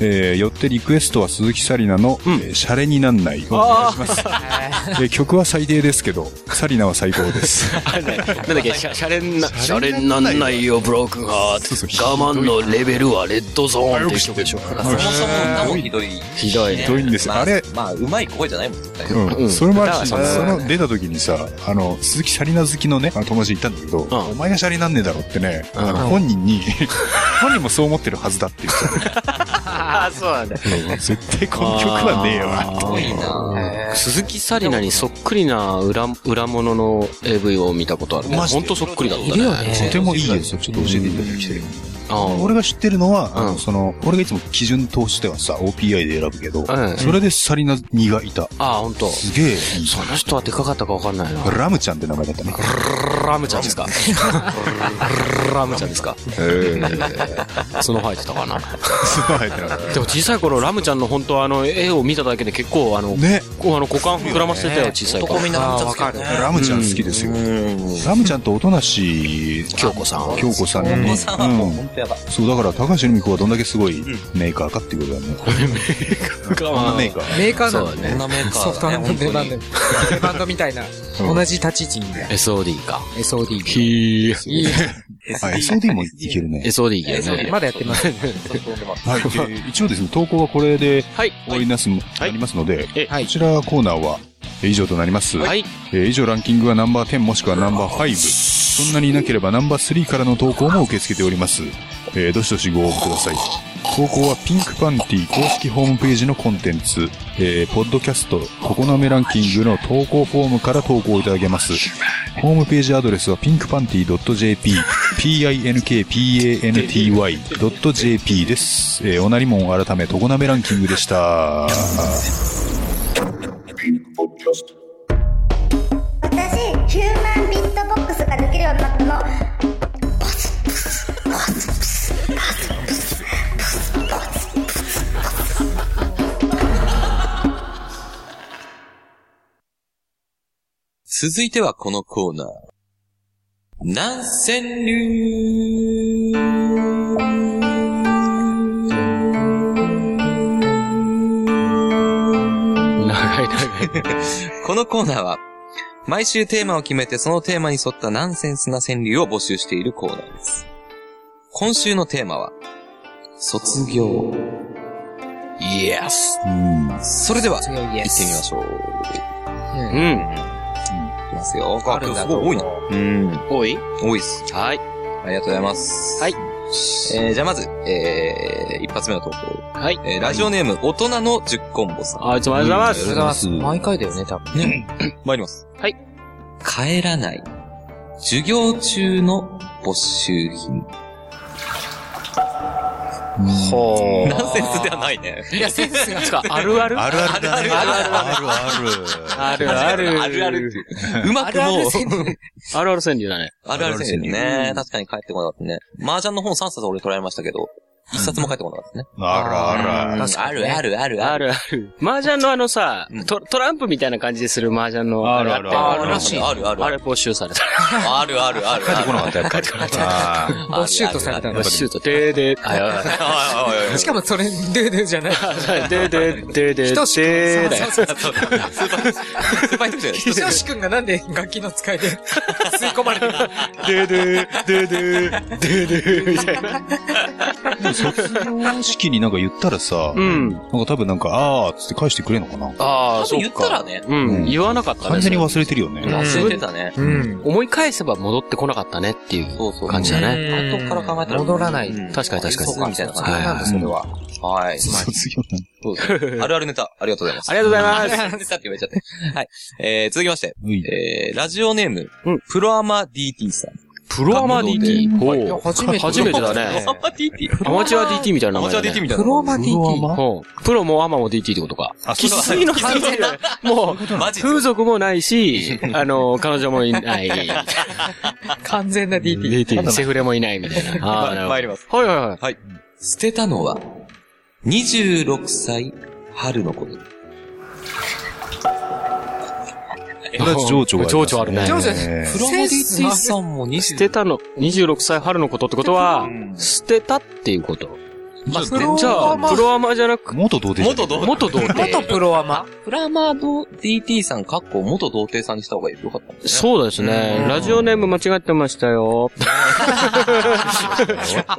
C: えーよってリクエストは鈴木サリナの、えーシャレになんないをお願いします。えー曲は最低ですけど、サリナは最高です。
B: あれねなんだっ け、シャシャレンな、シャレになんないよ、ブロークンハート。我慢のレベルはレッドゾーンっていう曲でしょ。
E: そもそも歌もひどい。
B: ひどい
E: ね
C: ひどいんです
E: ま
C: あれ
E: まあ、うまい声じゃないもん、絶対。
C: う、
B: うんん
C: それもあるし、そ
B: だからそ
C: の出た時にさ、あの、鈴木紗理奈好きのね、あの友達いたんだけど、
B: ん
C: お前がシャリなんねえだろってね、あの本人に、 本人もそう思ってるはずだって言って
B: ああ、そうなんだ。
C: た。絶対この曲はねえよなって。
E: すごいな
B: 鈴木紗理奈にそっくりな裏裏物の AV を見たことあるね。
C: マジで
B: ほんとそっくりだったね。
C: とてもいいですよ。ちょっと教えていただきたい。
B: あー
C: 俺が知ってるのは、あの
B: うん
C: その、俺がいつも基準としてはさ、OPI で選ぶけど、
B: ん
C: それで紗理奈2がいた。
B: あー、ほんと。
C: すげえいい。
B: その人はでかかったかわかんないな。
C: ラムちゃんって名前だったね。
B: ラムちゃんですかラムちゃんですかその入ってたかな。
C: すごい入ってなかっ
B: でも小さい頃、ラムちゃんの本当あの、絵を見ただけで結構あの、
C: た。ね。
B: こうあの股間膨らませてたよ、小さい頃。
E: 男みんなラムちゃん好きだね。
C: ラムちゃん好きですよ。ラムちゃんと音無し京子さん。京子さんに
E: お
C: ね
E: 子さんはもう
C: うん
E: 本当やばい。
C: そう、だから高橋留美子はどんだけすごいメーカーかっていうことだね。女メーカー。
D: メーカーなの
E: こんなメーカ
D: ソフ
E: ー
D: ト
E: だね、
D: の
E: 本
D: デ
E: 当
D: バ
E: に
D: ンド。。デバンドみたいな。
C: うん
D: 同じ立ち位置にいる。
B: SOD か。
D: SOD。いい
C: あ、SOD もいけるね。
B: SOD いけどね。
D: まだやってます。
C: はい。で一応ですね、投稿はこれで
B: はい。
C: 終わりますの、
B: は
C: な
B: い
C: りますので、
B: え
D: はい
C: こちらコーナーはえ以上となります。
B: はい。
C: えー以上ランキングはナンバー10もしくはナンバー5。そんなにいなければナンバー3からの投稿も受け付けております。えーどしどしご応募ください。投稿はピンクパンティ公式ホームページのコンテンツ、えー、ポッドキャスト、ココナメランキングの投稿フォームから投稿いただけます。ホームページアドレスはピンクパンティ .jp、pinkpanty.jp です。えー、おなりもん改め、トコナメランキングでした。
A: 私ヒューマンビットボックスができるようになったの
E: 続いてはこのコーナー。南千流
B: 長い長い。
E: このコーナーは、毎週テーマを決めてそのテーマに沿ったナンセンスな川柳を募集しているコーナーです。今週のテーマは、卒業。イエス
C: うん。
E: それでは、行って
D: 卒業イエ
E: みま
D: ス
E: しょう。
D: うん
B: うん。
E: いきますよ。
B: あ今日すごい多いな
E: うん。
B: 多い
E: 多いっす。
B: はい。
E: ありがとうございます。
B: はい。
E: えー、じゃあまず、えー、一発目の投稿。
B: はい。
E: えー、ラジオネーム、大人の10コンボさん。
B: あ、いつもありがとうございま
D: ありがとう
B: す
D: ご。ざいます。毎回だよね、多分。
E: ね。参ります。
B: はい。
E: 帰らない。授業中の没収品。
B: ほ
E: ナンセンスではない ね。
B: いや、センスが。あるある
C: あるあるだね。
E: ある
B: あるある。
E: あるあるっていう。うまくもう、
B: あるある川柳だね。
E: あるあるですよね。確かに帰ってこなかったね。麻雀の本3冊俺取られましたけど、1冊も帰ってこなかったね。
C: あるあるある。
D: 確か
E: あ
D: に
E: る
D: ね
E: あるあるあ
B: あ
E: る。
B: るある。麻雀のあのさ
E: うん、
B: トトランプみたいな感じでする麻雀の。
C: あるある
B: ったよね
C: ある
E: らしい。あるある
B: あ
E: あ
B: れ
E: る。
B: 募集さ れた。
E: あるある ある。
C: 帰ってこなかったやっぱり。あー
D: ボッシュートされ た
E: あ
D: の。
B: シュート。でー でー。あ、
E: おいおいおい。
D: しかもそれ、ドゥドゥじゃない。
B: でーでーでーでー。
D: 等しく
B: でーだ
D: そ
B: よ
D: う。そうそう
E: そうだスーパー、スーパーヒットじゃない
D: ひとしくんがなんで楽器の使い で吸い込まれてる
B: でーでーでーでーでーでーみたいな。
C: 式になんか言ったらさ、
B: うん。
C: なんか多分なんか、あーっつって返してくれんのかな
B: ああ、
E: 多分
B: そ
E: 言
B: う
E: ったら
B: か。
E: ね。
B: うん。言わなかったね。
C: 完全に
B: そ
C: 忘
B: れ
C: れてるよね。
E: 忘れてたね。
D: うん。
B: 思い返せば戻ってこなかったねっていう。
E: そうそう。
B: 感じだね
E: 後から考えたら。
D: 戻らない
E: うん
B: 確かに確かに
E: そうか、みたいな
D: そうなん
E: 感
D: だ、それは。
E: じ。はい。
C: 卒業なん
E: あるあるネタ、ありがとうございます。
B: ありがとうござい
E: あ
B: ま
E: る
B: す。
E: あるネタって言われちゃって。 はい。えー、続きまして。
C: うい
E: えー、ラジオネーム
B: うん、
E: プロアマ DT さん。
B: プロアマ DT。
D: いや
B: ほう。
D: 初めて。
B: 初めてだ
E: プ
B: ね
E: ロアマ DT?
B: アマチュア DT みたい
E: ア
B: な名
E: マチュア
B: 前だね。
E: DT みたい
D: プ
E: な。
D: ロアマ DT。
C: マ
B: ほうプロもアマも DT ってことか。
C: あ、
B: 生
C: そうだ
B: 粋の完全な、もう、
E: マジで
B: 風俗もないし、 あの、彼女もい ない。
D: 完全な DT。
B: DT。セフレもいないみたいな。ああ、なるほ
E: 参ります。
B: ど。はいはいはい。
E: はい。捨てたのは、26歳、春のこと。
C: とりあえず情緒が
B: 情緒あるね
D: 情緒ある
C: ね
E: プロアマ DT さんも
B: 捨
E: 26
B: てたの、26歳春のことってことは、捨てたっていうこと。
E: まあ、
B: じゃあ、プロアマじゃなく、
C: 元同弟
E: 元 同
B: 元童
D: 元
B: 貞。
D: プロアマ。
E: プラマド DT さん、かっこ元童貞さんにした方がよかったんですね。
B: そうですね。ラジオネーム間違ってましたよ。
E: そ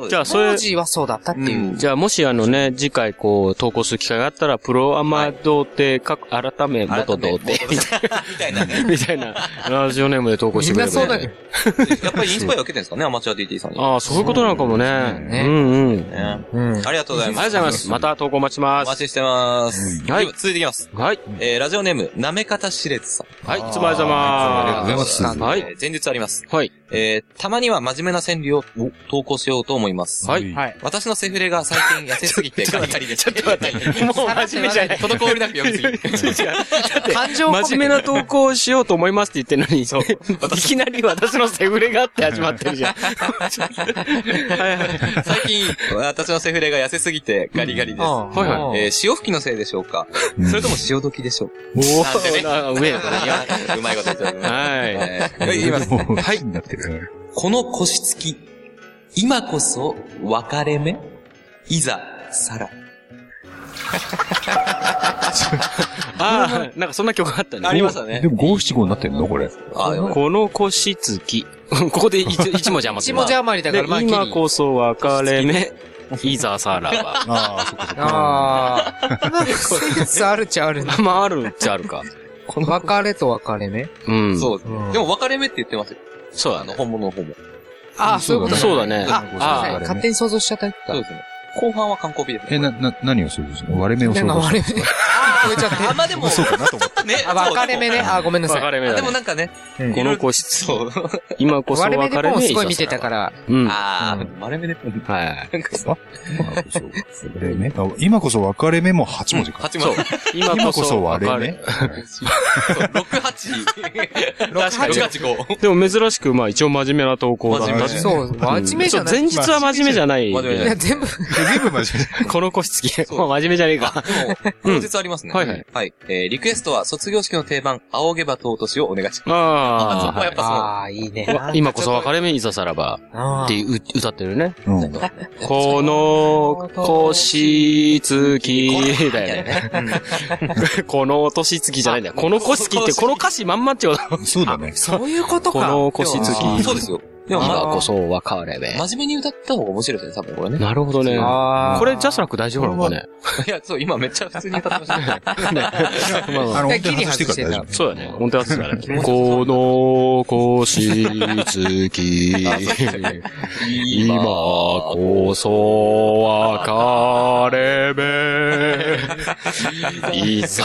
E: う
B: じゃあ、そ
D: 当
B: れ、
D: 時はそうだったって
E: う。
D: いうん
B: じゃあ、もしあのね、次回こう、投稿する機会があったら、プロアマ童貞、か改め元童貞、
E: みたいなね。
B: みたいな、ラジオネームで投稿し
D: み
B: て
D: ん
B: くれ
D: な
B: る
D: そうだけ
E: やっぱりインスパイア受けてるんですかね、アマチュア DT さんに。
B: ああ、そういうことなのかもね。
D: ね
B: うんうん。
E: ねあ
D: ど。うん。
E: りがとうござい
B: あり
E: ま
B: がとう
E: す。
B: ございます。また投稿待ちま
E: お待
B: す。
E: ちしてます。
B: はい
E: で続いていきます。
B: はい。
E: えー、ラジオネーム、なめかたしれつさん。
B: はい、いつもありがとうござ
C: あ
B: い
C: りがとうござい
B: ま
C: ます。
B: す。は
E: え
B: い。
E: ー前日あります。
B: はい。
E: えー、たまには真面目な川柳を投稿しようと思います。
B: はいい。はい。
E: 私のセフレが最近痩せすぎて、ちょっと待って、ちょっと待って、
B: もう真面目じゃない。
E: 滞りなく読みすぎ て。
D: 感情を込めて
B: 真面目な投稿をしようと思いますって言ってるのに、 いきなり私のセフレがあって始まってるじゃん。はいはい。
E: 最近、私のセフレが痩せすぎて、ガリガリです。
B: はいはい
E: えー、潮吹きのせいでしょうかそれとも潮時でしょう
B: お
E: なんてね
B: ー、な上やか
E: かいやうまいこと言ってます
B: ら。はい。
E: えー言います。
C: はい。になってる。
E: この腰つき、今こそ別れ目いざ、さら。
B: ああ、なんかそんな曲あったね。
E: ありましたね
C: で。も五七五になってんのこれ。
E: あ、よかっ
B: この腰つき。ここで一一文字余って
D: 一
B: る
D: 文字余りだから、まあ、
B: で
D: ギリ
B: 今こそ別れ目、いざさらば。
C: ああ、そっかそっか。
D: ああ。なんかセンスあるっちゃあ るね。
B: まあ、あるっちゃあるか。
D: 別れと別れね。
B: う
E: た
B: ん。
E: そう。
D: うん
E: でも別れ目って言ってますよ。
B: そう
E: あ
B: だ
E: の、
B: ね。
E: 本物の方も。
D: ああ、そういうこと
B: そうだね。
D: あ
B: あ
D: 勝手に想像しちゃったやつ
E: そ
D: か
E: うですね。後半は観光日です
C: え、
E: ね。
C: な、な、何をするんですか割れ目を
D: なんか
C: 想像
D: 割れ目。ああ、超えちゃって。
E: あ、まあでも、
C: そうかなと思って。
E: ね、
D: あ、分かれ目ね。あ、ごめんなさ
B: 分
D: い。
B: かれ目
E: あ
B: だ
E: でも
B: ね。
E: なんかね、
B: この子質
E: そう。
B: 今こそ
D: 割れ
B: 分
D: 目
B: か
D: で
B: れ
D: ポ
B: 目。
D: ンすごい見てたからら。
B: うん。は
E: ああ、丸めでポン。
B: い。
E: なんかそ
C: あそうか割れ目あ今こそ分かれ目も8文字か。
E: 八文字。
B: 今
C: 今こそ割れ目
E: 六八。確かに。六八五。
B: でも珍しく、まあ一応真面目な投稿だ
E: 真
B: っ
E: 面目
B: た
E: だ
B: っ
E: ね
B: て。
D: そう、真面目じゃ
B: そう
D: ない。
B: 前日は真面目じゃない。
E: 真面目じゃ
D: い
E: な
D: や、全部、
C: 全部間違えた。
B: この子質疑。
E: そう
B: まあ真面目じゃねえか。
E: でも、当日ありますね。
B: はいはい。
E: はい。えーリクエストは卒業式の定番、仰げば尊しをお願いします。あ、そ
B: あ
E: こはやっぱ
D: ああ、いいね。
B: あ。今こそ別れ目いざさらば。
D: あ
B: っていう歌ってるね。
C: うん。
B: この、腰つきだよね。
E: そう。うん
B: この年つきじゃないんだよ。この腰つきって、この歌詞まんまってことだ。
C: そうだね。
D: そういうこと
B: こ
D: か。
B: の腰つ
D: あ
B: き。
D: ー
E: そうですよ。でも、
B: 今
E: ま
B: こそ別れ目。
E: あ、真面目に歌った方が面白いですね、多分これね。
B: なるほどね。
D: あー
B: これ、ジャスラック大丈夫なのかね
E: いや、そう、今めっちゃ普通に歌ってましたね。
C: あの、
D: 一回
C: 本
D: 切
C: 当に
D: り
C: 外して
D: 外
C: か
D: して
C: ら
D: た
C: 大丈夫。
B: そうだね。音程合ってたからね。この腰つき。今こそ別れ目。いざ。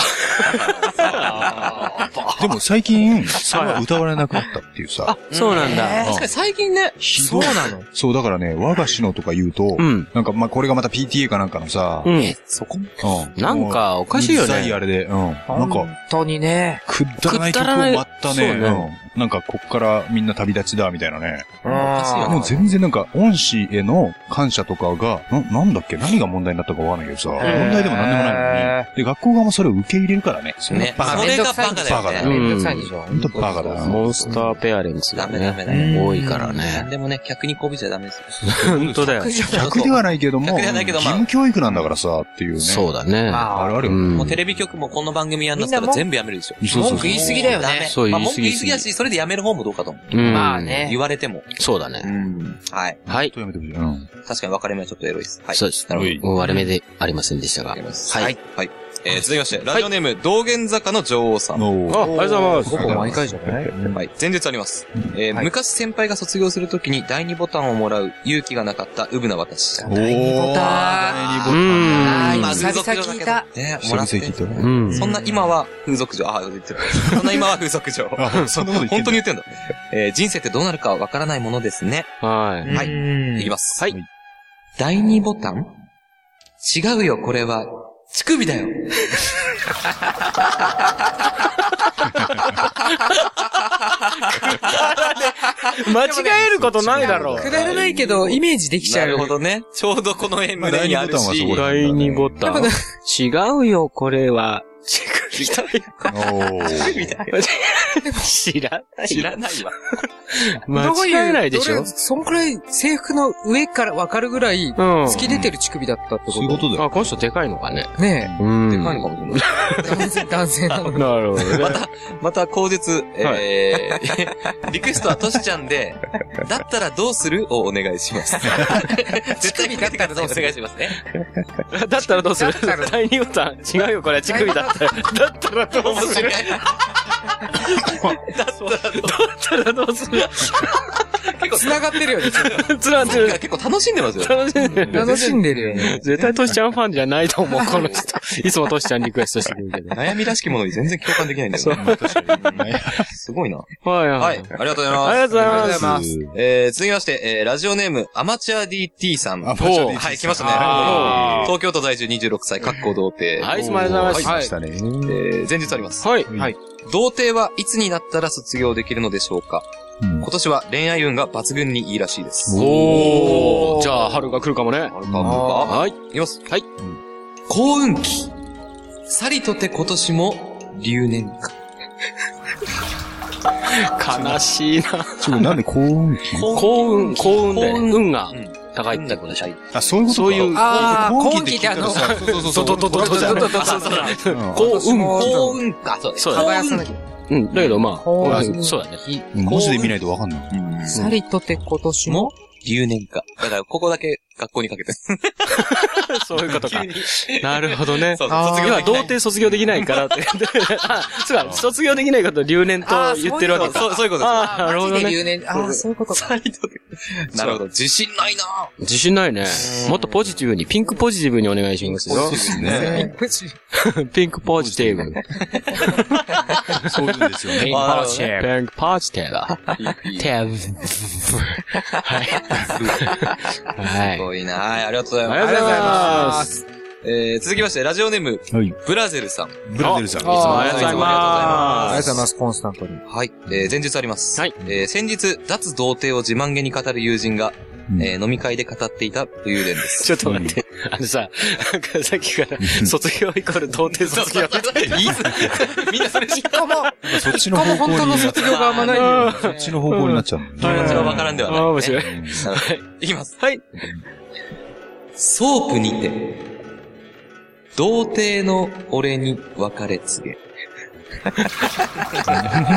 C: でも最近、それは歌われなくなったっていうさ。
B: そうなん
D: だ
E: 確かに最近ね、
D: そうなの
C: そう、だからね、我が師のとか言うと、
B: うん
C: なんか、まあ、これがまた PTA かなんかのさ、
B: う。
C: うん
E: そこ
C: ん。
B: なんかおかしいよ
C: う
B: ね
C: っざあれで、うん。なん
D: 本
C: か、
D: 当にね。
C: くだらない曲を割った
B: くだ
C: ね。
B: らないそう
C: うん。なんか、こっからみんな旅立ちだ、みたいなね。
D: う
E: あー
C: もう全然なんか、恩師への感謝とかが、な、なんだっけ何が問題になったかわかんないけどさ、問題でもなんでもないのに。で、学校側もそれを受け入れるからね。それが
E: ね。
C: バカ
E: そ
C: だ
E: れ
C: ね。
E: がバカだよ
C: バカだ
B: よ
E: ね。
D: めんどくさいでしょ。
C: ほんとバカだな。
B: モンスターペアレンツ
E: ダ
B: が
E: メダ
B: ね、
E: メダメ。
B: 多いから
E: なん
B: ね。
E: でもね、客に媚びちゃダ メですよ。
B: 本当だよ。
C: 100ではないけども、
E: 100ではないけど
C: 義
E: まあ
C: 務教育なんだからさ、っていうね。
B: そう
C: だ。
B: だね。
D: あ
C: あ
D: あ
C: るある
B: う
C: よ。
E: もうんテレビ局もこの番組やんなった
D: みんな
E: ら
D: も
E: 全部やめるでしょ。
C: そうそうそう
D: 文句言い過ぎだよね
E: ダメ
B: そう
E: まあ
B: 言い
E: 文
B: 過
E: 句
B: ぎ
E: 言い過ぎだし、それでやめる方もどうかと思う。
B: うん
D: まあね
E: 言われても。
B: そうだね。
E: ん。はい。
B: はい。
C: とやめてほしい。うん。
E: 確かに分かれ目はちょっとエロいです。はい。
B: そうです。
E: なるほど。
B: もう割れ目でありませんでしたが。
E: わ
B: あ
E: か
B: り
E: り
B: が
E: ますはい。はい。えー続きまして、ラジオネーム、道玄坂の女王さん。
C: お
B: とうございます。
D: ほぼ毎回じゃない
E: はい。前日あります。えー
D: はい
E: 昔先輩が卒業するときに第二ボタンをもらう勇気がなかったウブな私。
C: おー。第
D: 二ボタ
B: う
D: あ
B: ん。
D: ー久々聞いた。
E: ね、も
C: 久
E: ら
C: 々
E: って。
C: 聞いたね。
B: うん。
E: そんな今は風俗嬢。あ、言ってる。そんな今は風俗嬢。
C: あ、そんなこと言ってん
E: 本当
C: だ
E: に言ってんだ。えー人生ってどうなるかわからないものですね。
B: はい。
E: はい
D: い
E: いきます。
B: はい。
E: 第二ボタン違うよ、これは。乳首だよ。
B: 間違えることないだろう。
D: くだらないけど、イメージできちゃ
E: な
D: う。
E: るほどね。ちょうどこの辺
C: まあ
E: 胸にあ
C: 第二ボ
E: る
C: タンはそこ。だ
B: 第
E: し
B: 2ボタ
D: やっ
B: ン。違うよ、これは。乳首だよ。
C: おー。
B: 知らない。
E: 知らないわ。
B: 間違えないでし
D: ど
B: ょ
D: れそんくらい制服の上からわかるぐらい、
B: うん。
D: 突き出てる乳首だったってこと。
C: そういうことだよ。
B: あ、この人でかいのかね。
D: ね
B: うん。
E: でかいのかもしれな
D: え、
E: い。
D: 男性、男性なのに。
B: なるほどね。
E: また、口述、えー、 リクエストはトシちゃんで、だったらどうするをお願いします。絶対聞かれてください。お願いしますね。
B: だったらどうする
D: だったら
B: 第2ボタン。違うよ、これ。乳首 だったよ。だったらどう
E: 面
B: す
E: 白
B: る
E: い。
B: だったらどうする
D: 繋がってるよね。
B: つらんつる。
E: 結構楽しんでますよ。
B: 楽しんでる。
D: 楽しんでるよね。
B: 絶対トシちゃんファンじゃないと思う、この人。いつもトシちゃんリクエストしてくるけど。
E: 悩みらしきものに全然共感できないんだよね。すごいな。
B: はい
E: は。
B: はい
E: あ
B: い
E: り。がとうござい
B: あり
E: ます。
B: がとうございます。
C: す。
E: えー、続きまして、えー、ラジオネーム、アマチュア DT さん。
C: あ、ファッション
E: はい、来ました
B: あー。
E: ね東京都在住26歳、格好童貞。
B: はい、つもありがとうござい
C: 来
B: ま。
C: ますしたね。
E: えー、前日あります。
B: はい。
C: はい。
E: 童貞はいつになったら卒業できるのでしょうか
C: うん
E: 今年は恋愛運が抜群にいいらしいです。
B: おー。じゃあ、春が来るかもね。
E: あれか、あ
B: はい。
E: いきます。
B: はい。
E: 幸運期。さりとて今年も、留年か。
B: 悲しいな。
C: ちょっとなんで幸運期
B: 幸運、幸運で、
E: 幸運
B: 運が
E: うん
B: 高いってことでしょ。
C: あ、そういうことか
B: そういう
D: あー、
C: 幸
D: 今
C: 運期
D: 期
C: って
D: ってあの、
C: そうそう
B: とととととじゃん。
D: そうそうそう
B: そうだ
C: うん
B: 幸運。
E: 幸運か。そう
B: そうだね
D: 輝さなきゃ。
B: うん、だけどまあ、
D: 幸運
B: そうだね。
C: うん文字で見ないとわかんない。
D: さりとて今年も
E: も、留年か。だから、ここだけ学校にかけて。
B: そういうことか
E: 急。に。
B: なるほどね。
E: そう、
D: あー
E: 卒業
B: 今、
E: でき
B: 童
E: ない。
B: 貞卒業できないからって。あ、そうか、卒業できないことを留年と言ってるわけか。
E: そう、そういうこと
B: ああ、なるほ
D: マジ
B: ど
D: で
B: ね。
D: 留年。ああ、そういうこと
E: です。
D: か。
E: サイドで。なるほど。自信ないなぁ。
B: 自信ないね。もっとポジティブに、ピンクポジティブにお願いしますよ
C: そう。ですね。
B: ピンクポジティブ。
C: そうなんですよね。
B: ピンクポジティブ。ピンクポジティブ。テブ。はい。は
E: す
B: い。
E: ごいなぁ。ありがとうござい
B: あ
E: ま
B: り
E: す。
B: がとうございます。
E: えー続きまして、ラジオネーム、
C: はい。
E: ブラゼルさん。
C: ブラゼルさん。
B: いつもありがとうござい
D: あり
B: ま
D: が
B: す。
D: とうございます、コンスタントに。
E: はい。えー前日あります。
B: はい
E: えー先日、脱童貞を自慢げに語る友人が、
C: うん
E: えー飲み会で語っていた武勇伝で す。
B: ちょっと待って。あのさ、なんかさっきから、卒業イコール童貞卒業。
E: みんなそれ知ら
D: 一個も、
C: そっち
D: 一
C: の
D: 個
C: 方
D: も
C: 向
D: 本当
C: に
D: の、卒業があんまないんだよね。
C: そっちの方向になっちゃうのね。
E: 気持ちはわからんではない、
B: ああ、面白い。
E: いきます。はい。ソープにて、童貞の俺に別れ告げ。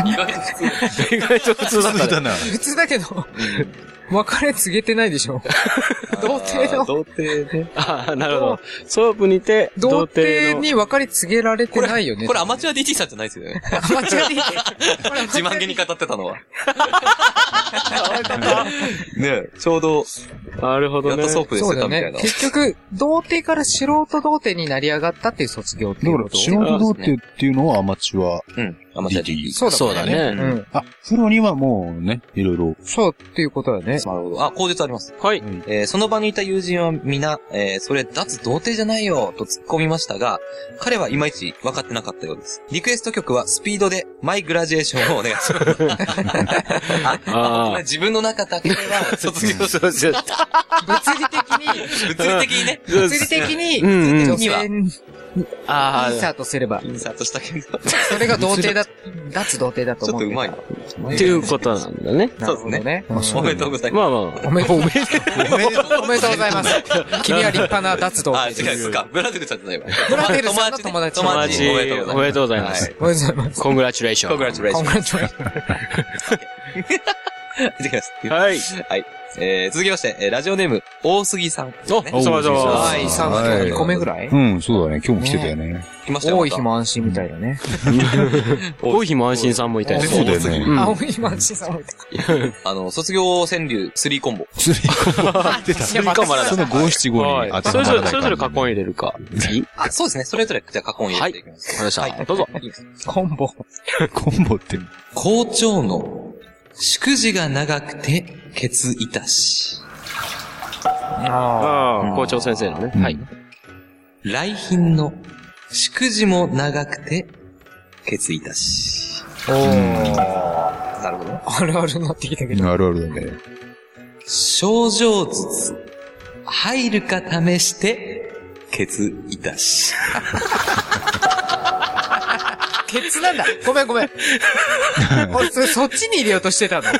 E: 意外と普通
B: 意外と普通だっ
C: 普
B: た
C: 通だ
B: ね。
C: な。
D: 普通だけど、別れ告げてないでしょ。童貞の
E: あー童貞ね。
B: ああ、なるほど。ソープにて、
D: 童
B: 童貞
D: 貞
B: の。
D: に別れ告げられてないよね。
E: これアマチュア DT さんじゃないですよね。
D: ア マチュアでいい。
E: 自慢げに語ってたのは。ねえちょうど、
B: なるほ
E: や
B: ど
E: っ
B: ね
E: と。ソープで
D: そ
E: 捨
D: う
E: て
D: だ
E: た
D: よ
E: みた
D: ね
E: いな。。
D: 結局、童貞から素人童貞になり上がったっていう卒業って
C: だ
D: い
C: か
D: う
C: ら
D: こ、と
C: 仕事童貞っていうのはアマチュア。
E: うん。アマチュア DT。
D: そうだ
B: そうだね
D: う。ん。
C: あ、プロにはもうね、いろいろ。
D: そうっていうことだね。
E: なるほど。あ、口述あります。
B: はい。
E: えーその場にいた友人は皆、えーそれ脱童貞じゃないよ、と突っ込みましたが、彼はいまいち分かってなかったようです。リクエスト曲はスピードで、マイグラジエーションをお願いします。
B: ああ。
E: 自分の中だけは、卒業、
B: そうそ
D: 物
B: う。
D: 理的に、
E: 物理的に ね、
B: 物
D: 物理的に、
B: うんうん
D: 女性にイン
B: ああ。
D: サートすれば
E: イ、ンサートしたけど、ち
D: それが童貞だ、脱童貞だと
E: ょ
D: 思う
E: っと
D: ん
E: う
D: だよ。
E: まいな。
B: っていうことなんだね。
D: なるほどね。うん
E: おめでとうござい
B: ま
E: ま
B: あまあ。
D: おめでとうございます。おめでとうございます。君は立派な脱童
E: す。あ、
D: 貞
E: 違う、
D: です。
E: そっか。ブラジルさんじゃないわ。
D: ブラジルさんの
E: ね
D: 友達
E: 友
B: 友
E: 達。
B: 達、
E: お
B: お
E: めでとうございます。
B: めでとうござ
D: おめでとうござ
B: います。
D: います。
B: コングラチュレーショ
E: コング
B: ン。
E: ラチュレー
D: コ
E: シ
D: ン
E: ョン。
D: グラチュレーション。
E: いきます。
B: はい。
E: えー続きまして、えーラジオネーム、大杉さん。
B: お、
E: ね
B: そうそうそう。
C: は
D: はい、さんは今日2個目ぐらい
C: うん、そうだね。今日も来てたよね。
E: 来ましたよ。
D: 多い日
E: ま
D: も安心みたいだね。
B: 大ひも安心さんもいたよね。
C: そうだよね。
B: うん
D: あ、多い日も安心さんもいた。
E: た。あの、卒業川柳3コンボ。
C: 釣りてた。
D: やばか
C: その五七五
B: は
C: に
B: い
C: 当。て
B: それぞれ、それぞれ囲
C: か
B: い入れるか。
E: あ、そうですね。それぞれ、じゃあ、過去に入れていきます。
B: はいわかりました
E: はい、
B: どうぞ。
D: コンボ。
C: コンボって。
E: 校長の、祝辞が長くて、ケツいたし。
D: あ
B: ああ、校長先生のね。
C: うん
B: はい。
E: 来賓の、祝辞も長くて、ケツいたし。
D: あ。おー。
E: なるほど。
D: あるあるになってきたけど。
C: あるあるだね。
E: 症状ずつ、入るか試して、ケツいたし。
D: ケツなんだ。ごめんごめん。俺、それそっちに入れようとしてたの。
B: 入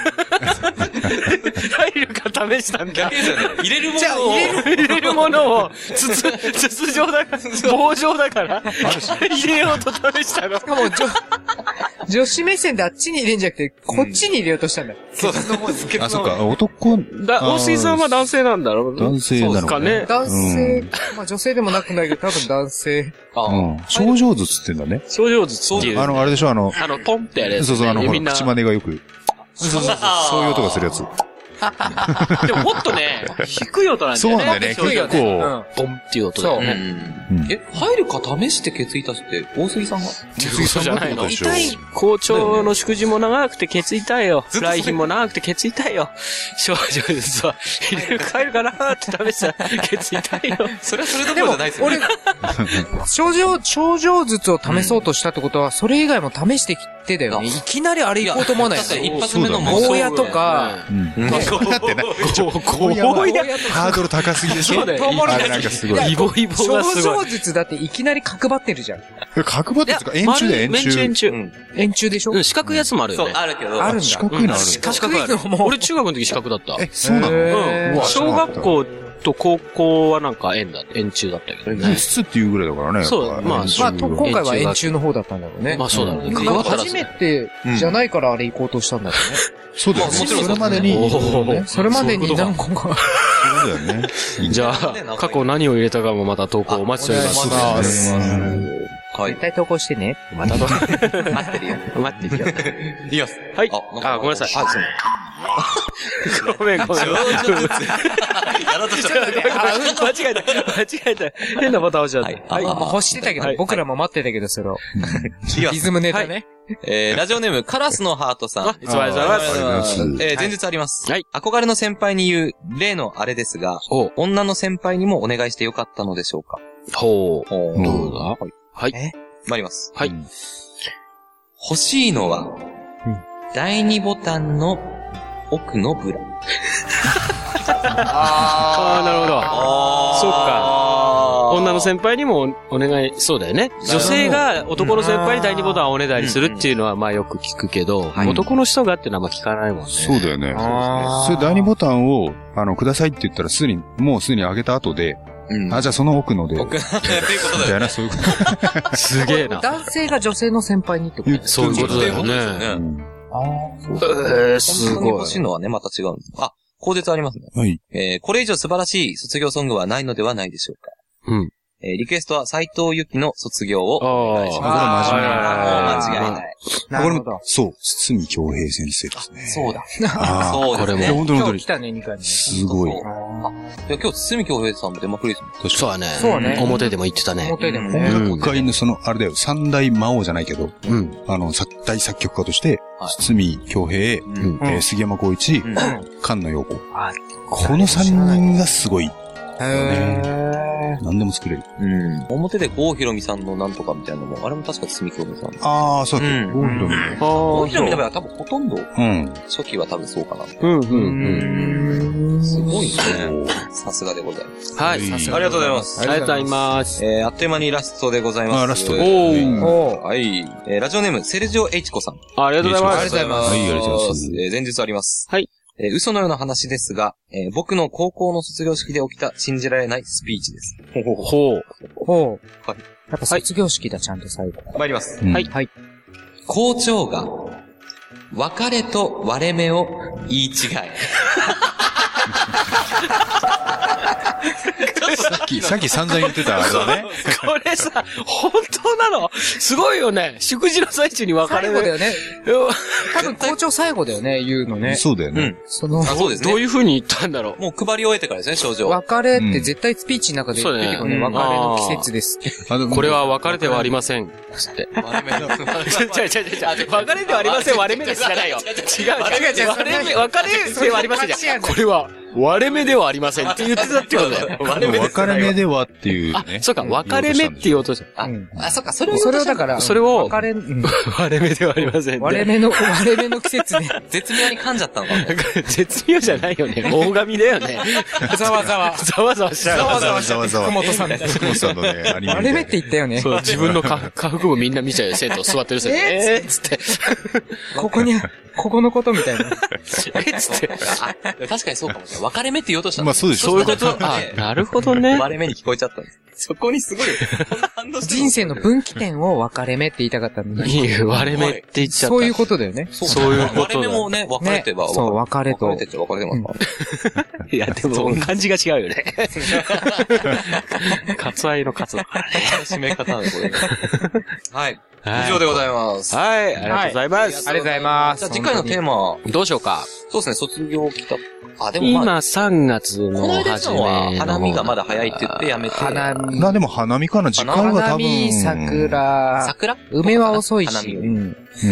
B: るか試したんだ。
E: けじゃね入れるも
D: じゃあ、
E: のを
D: 入、れる。
B: 入れるものを、筒、筒状だから、棒状だから、入れようと試したの。
D: しかも、女、女子目線であっちに入れんじゃなくて、こっちに入れようとしたんだ。
E: そうだ、ケ
C: あ、
E: ツ
C: そっ
E: の
C: か。男、
B: だ、
C: あー
B: 大杉さんは男性なんだろう
C: 男性なの
B: そうですかね。
D: 男性、
C: う
D: まあ女性でもなくないけど、多分男性。
E: あ
C: うん。症状ずつってんだね。
B: 症状術っていう。
C: あの、あれでしょ、あの、
B: あの、ポンってやるやつ
C: そう
B: ね。
C: そう、あの、ほ
B: みん
C: ら、
B: な。
C: 口真似がよく。そうそうそう。そういう音がするやつ。
B: でも、もっとね、低い音なんだ
C: そう
B: よね。
C: なんだよね。
D: 低いよ
C: 結
D: ね
C: 構。
B: ポンっていう音だよ
E: う
B: ね。
C: う
E: ん。
C: ん
E: え、入るか試してケツいたしって、大杉さんが
B: そうじゃないの
C: でしょ
D: 痛い
B: 校長の祝辞も長くてケツ痛いよ。
E: ずっとそれ
B: 来賓も長くてケツ痛いよ。少女です わ。入れるか入るかなーって試したらケツ痛いよ。
E: それはそれどこ
D: で
E: ろ
D: も
E: じゃないです、よね。
D: 俺、症状、症状術を試そうとしたってことは、それ以外も試してきてだよね。
E: うん
D: いきなりあれ行こうと思わないよ
E: 確かに
D: ね。
E: 一発目の
C: そうだ
D: ねゴーヤとか
C: うん。
E: うん
C: だってな、
B: ちょ、 こう
C: ゴー
B: や。
C: ハードル高すぎでし
B: そ
C: ょ
B: うだよ
D: トウモロコ
C: あ
D: シ
C: れなんかすごい。
B: イボイボが
D: 症
B: すご
D: 状
B: い。
D: 術だっていきなり角張ってるじゃん。
C: 角張ってつか、円柱だよ、円
B: 丸い円
C: 柱。
B: 柱、
E: うん
D: 円柱でしょ
B: うん、四角いやつもある
E: そ
B: よ
E: う
B: ね、。
E: あるけど。
D: あるんだ。
C: 四角いのある。
B: あ
D: 角いのも
B: 俺中学の時四角だった。
C: え、そうなの
D: へ
B: う
D: ー
B: ん
C: うわ
B: 小学校と高校はなんか円だ、円柱だったけどね。
C: 筒っていうぐらいだからね。
B: そう
C: やっぱ
B: ま
C: 円
D: ま
B: あ
D: あ、
C: 柱
D: と
C: は
D: 今回は円柱の方だったんだろうね。
B: まあそうだろうね。
D: なん
B: 関わ
D: か
B: ったら
D: 初めてじゃないからあれ行こうとしたんだろうね。
C: そうだよね。
E: まあもちろん
C: それまでに
B: おー、
C: ね
D: それまでに何個か。
C: そうだよね。
B: じゃあ、過去何を入れたかもまた投稿お待ちしております。
C: そうですね
E: はい
D: 絶。対投稿してね。
B: ま たどう
E: 待ってるよ。
D: 待ってるよ。
E: いきます。
B: はい
E: か
B: あごめんなさい
E: あ、そう。
B: ごめん、ごめん。
E: やろうとしちゃったね。
B: 間違えた。間違えた。変なボタン押しちゃった。
E: はい
D: まあ欲してたけ
B: は
D: ど
B: い、
D: 僕らも待ってたけど、それを。
E: いきま
D: リ
E: す。
D: ズムネタね。
E: えー、ラジオネーム、カラスのハートさん。
B: いつ もありがとうございます。
C: ありがとうございます
E: えー、前日あります。
B: はい
E: 憧れの先輩に言う、例のあれですが、女の先輩にもお願いしてよかったのでしょうか。
B: ほう。
E: ど
C: どう
E: だはい。
B: はい
E: え参ります。
B: はい
C: うん
E: 欲しいのは、第二ボタンの奥のブラ。
B: ああ、なるほど。
E: あ
B: そう
E: か
B: 女の先輩にもお願い、そうだよね。女性が男の先輩に第二ボタンをおねだりするっていうのはまあよく聞くけど、
E: はい
B: 男の人がっていうのはまあ聞かないもんね。
C: そうだよね。
D: あー
C: それ第二ボタンを、あの、くださいって言ったらすでに、もうすでに上げた後で、
E: うん。
C: あ、じゃあその奥ので、 み
E: 奥、っていうことだ
C: た
E: よ
C: い
E: ね。
C: な、そういうこ
B: すげえな。
D: 男性が女性の先輩にってこと
C: 言って
B: そういうことだよ
E: そうです
B: ね。
E: よ
C: と。
E: ね。
B: えー、す
E: 本当に
B: ご
E: 欲
B: い
E: し。いのはね、また違うんです。あ、口述ありますね。
C: はい。
E: えー、これ以上素晴らしい卒業ソングはないのではないでしょうか。
B: うん。
E: えー、リクエストは斎藤由紀の卒業を
B: あ
E: お願いしま
C: あー
E: す。
C: これ真面目な
E: あーもう間違いない。
D: なるほど。
C: そう、堤京平先生ですね。
E: そうだ。
C: あー
E: そうです
B: これ
E: ね。
B: も
C: 本当に
D: 今
C: 本当
D: 日
C: に
D: 来。たね、2回目。
C: すごい。
E: いや、今日、堤京平さんも出まくりですもん。
B: そうだね。
D: そうね
B: 表でも言ってたね。
D: 表でも
E: う
D: ね。
C: 音楽界のその、あれだよ、三大魔王じゃないけど、
B: うん。
C: あの、作大作曲家として
E: は、
C: 堤京平、
E: ん
C: えー杉山浩一、
E: うん
C: 菅野陽子。
D: あ
C: この三人がすごい。
D: へー
C: 何でも作れる。
E: うん。表で郷ひろみさんのなんとかみたいなのも、あれも確か堤京平さん。
C: ああ、そうだっけ。
E: うん
C: ゴールドみたい
B: あ
E: 郷ひろみの
B: あ、
E: 場合は多分ほとんど、
C: うん。
E: 初期は多分そうかな。
B: う
D: う
B: んう
D: ん
B: うん。
D: ん。
E: すごいね。さすがでございます。
B: はい。あり
C: さす
E: あ
C: が
E: りがとうございます。
B: がとうございます。
E: えー、あっという間にラストでございます。
C: あ、ラスト。
E: お
B: おー
C: うん
D: おー
E: はい。えー、ラジオネーム、セルジオ・エイチコさん。
B: ありがとうござい
E: あ
B: ま
E: りがとう
B: す。
E: ございます。
C: はいありがとうございます
E: えー前日あります。
B: はい。
E: えー嘘のような話ですが、えー僕の高校の卒業式で起きた信じられないスピーチです。
B: ほう。
D: ほう。
E: はい
D: やっぱ卒業式だ、ちゃんと最後。
E: 参ります。
C: うん
B: はい
D: はい。
E: 校長が、別れと割れ目を言い違い。
C: さっき、さっき散々言ってたあれだね。
B: これさ、本当なのすごいよね。祝辞の最中に別れ
D: 最
B: る
D: 後だよね。多分校長最後だよね、言うのね。
C: そうだよね。
D: その
E: あ、、そうです
B: どう
E: ね。
B: いう風に言ったんだろう。
E: もう配り終えてからですね、症状。
D: 別れって絶対スピーチの中で言ってるけどね、
B: うんそう
D: 別
B: だ
D: れ
B: ね
D: の季節ですって。
C: あでも
B: これは別れてはありません。つって。
E: 割れ目の。
B: 違う違う違う違う。別れではありません、割れ目ですじゃないよ。違う違う違う。割れ目、別れではありませんじゃん。これは、割れ目ではありませんって言ってたってことだよ。
E: 割
C: でも
E: で
C: 別れ目ではっていう
B: あ
C: ね、。
B: そうか、別れ目って言おうとした。
E: あ
D: うん、
E: あ、そっか、それを言お
D: そう
E: と
D: れ
E: し
D: を
E: た
D: だから、
B: それを
D: 別れ、うん
B: 割れ目ではありません
D: 割れ目の、割れ目の季節で。
E: 絶妙に噛んじゃったのかもね。
B: 絶妙じゃないよ ね。大神だよね。
D: ざわざわ。
B: ざわざわしちゃう。
C: ざわざわざわ。
D: 福
C: 福
D: 本さんみたいな
C: 本さんのね、アニメみたいな。
D: 割れ目って言ったよね
B: そ。う、自分の下下腹部みんな見ちゃうよ、生徒座ってる生徒。えーっつって、
D: ここに、ここのことみたいな。
B: えーっつって。
E: あ、確かにそうかもしれない。別れ目って言おうとしたの。
C: まあそうでしょ
B: そういうこと。
E: あ
B: あ、なるほどね。
E: 割れ目に聞こえちゃったんです。そこにすごい、こんな反応して
D: 人生の分岐点を分かれ目って言いたかったのに。
B: いいよ割れ目って言っちゃった。
D: そういうことだよね。
E: そう
B: そういうことだ
E: 割れ目もね、別れてば、
D: ねそう別れと
E: 別れてっちゃ別れてますから。
B: いや、でも、漢字が違うよ ね。割愛の割だからね。
E: 締め方のこれ。 はい。
B: はい
E: 以上でございます。
B: はい、ありがとうございま
D: あり
B: す。
D: がとうございます。
E: じゃあ次回のテーマ、
B: どうしようか。
E: そうですね、卒業来た。あ、でも
B: 今
E: まあ、
B: 3月
E: こ
B: の
E: の間やった
B: 初め
E: の
B: の
E: は
B: 方、
E: 花見がまだ早いって言ってやめて。
D: 花見。
C: まあでも花見かな、時間が
D: 花
C: 多
D: 見、
C: 分。。
D: 桜、
E: 桜
D: 梅は遅い
E: 花
D: し、
E: 見よ
D: う
E: り
D: ん
C: う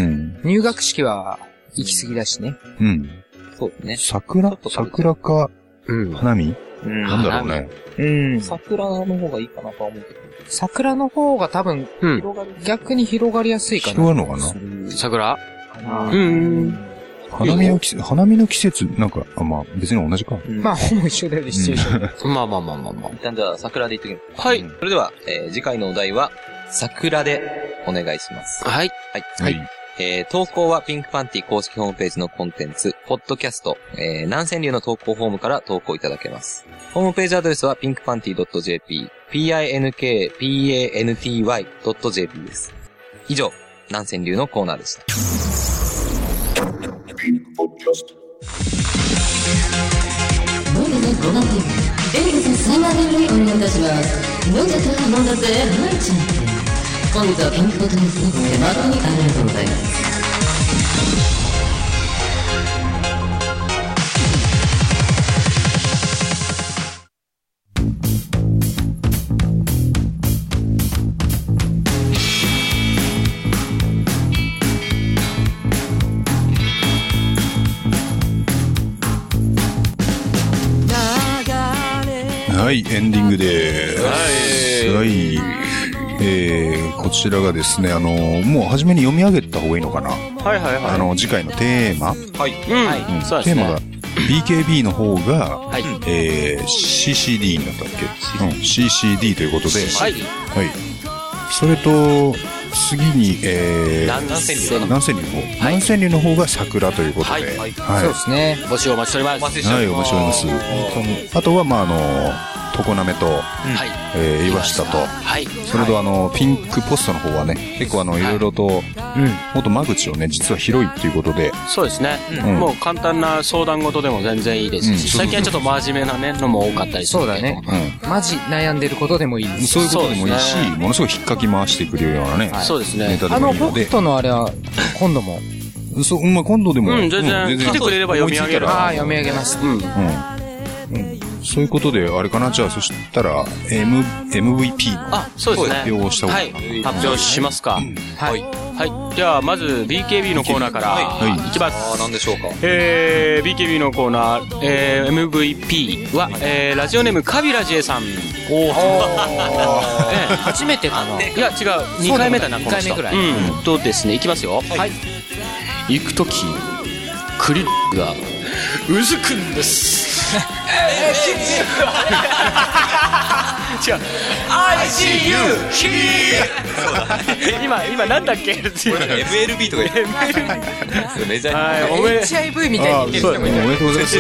C: ん。
D: 入学式は行き過ぎだしね。
C: うん。
E: そうですね。
C: 桜桜か
B: うん。
C: 花見
E: うん
C: なんだろうね。
D: うん
E: 桜の方がいいかなとは思うけど。
D: 桜の方が多分
B: うん。
E: 広がる。
D: 逆に広がりやすいか
C: 人
D: な。
C: はのかな
B: 桜
D: な
B: うん。
C: 花見の季節、花見の季節、なんか、あまあ別に同じか。
D: まあ、ほぼ一緒だよね、シチュエーション。
B: まあまあまあまあま
E: 一旦じゃあ桜で行ってきます。
B: あ。はい。
E: それでは、えー次回のお題は、桜でお願いします。
B: はい。
E: はい。
C: はい。
E: えー投稿はピンクパンティ公式ホームページのコンテンツ、ポッドキャスト、えー、南千流の投稿フォームから投稿いただけます。ホームページアドレスは pinkpanty.jp、pinkpanty.jp です。以上、南千流のコーナーでした。
F: ノルで5万円りでお願いいたします飲んじゃった飲んだぜはいちゃん本日は健康とにすごく誠にありがとうございます
C: はい、エンディングです。はい。えー、こちらがですね、あのーもう初めに読み上げた方がいいのかな。
B: はいはい
C: あ
B: は
C: の、次回のテーマ、
E: はい。
B: い。うん。
C: うん
B: そうで
C: テー
B: す
C: マ
B: ね
C: が。BKB の方が、
B: はい。
C: えー、CCD になったっけ、うん、?CCD ということで、
B: はい。
C: はい。それと、次に、えー、
B: 南千流かな
C: 南千流の方。南千流の方が桜ということで、
B: はい
C: はい。
D: そうですね。
B: 募集お待ちしております。
C: はい、面白いです。あとは、まあ、あの、常滑と、
B: はい。
C: えー岩下と、
B: はい。
C: それとあの、ピンクポストの方はね、結構あの、いろいろと、もっと間口をね、実は広いっていうことで、
B: そうですね。
C: うん
B: もう簡単な相談事でも全然いいですし、
C: うん
B: 最近はちょっと真面目なね、のも多かったりす
D: そう
B: るけど
D: だね。
C: う
D: マジ悩んでることでもいいで
C: ん。
D: す。
C: そういうことでもいいし、
B: そうですね
C: ものすごい引っかき回してくれるようなね、
B: そうです
C: ネ
B: ね。
C: タ
D: あ
C: でも
D: の、
C: いいの
D: 北
C: で、
D: 斗のあれは、今度も。
C: そう、まあ、今度でも、
B: うん全然来てくれれば読み上げる
D: ああ、
C: 思い
D: 読み上げます。
B: うん。
C: ついたらうん。うんそういうことで、あれかな、じゃあ、そしたら、M、MVP の
B: あ、そうですね。
C: 発表をした方が
B: はい
C: いかな。
B: い。発表しますか。
D: はい。
B: はい。じゃあ、まず BKB のコーナーから、
E: はい
B: い、きま
E: ああ、
B: す。
E: なんでしょうか。
B: えー、BKB のコーナー、えー、MVP は、えー、ラジオネームカビラジエさん。おお。
D: 初めてかな。
B: いや違う2回目だなこの人
D: 二回目ぐらい
B: うんとですねいきますよはい行く時クリッがうずくんです違う ICU ヒー今今なんだっけっていう
E: MLB とか言って。メジャー
B: はいおめで
D: HIV みたいに言ってる人もい
C: お
D: る
C: めでとうご ざいます。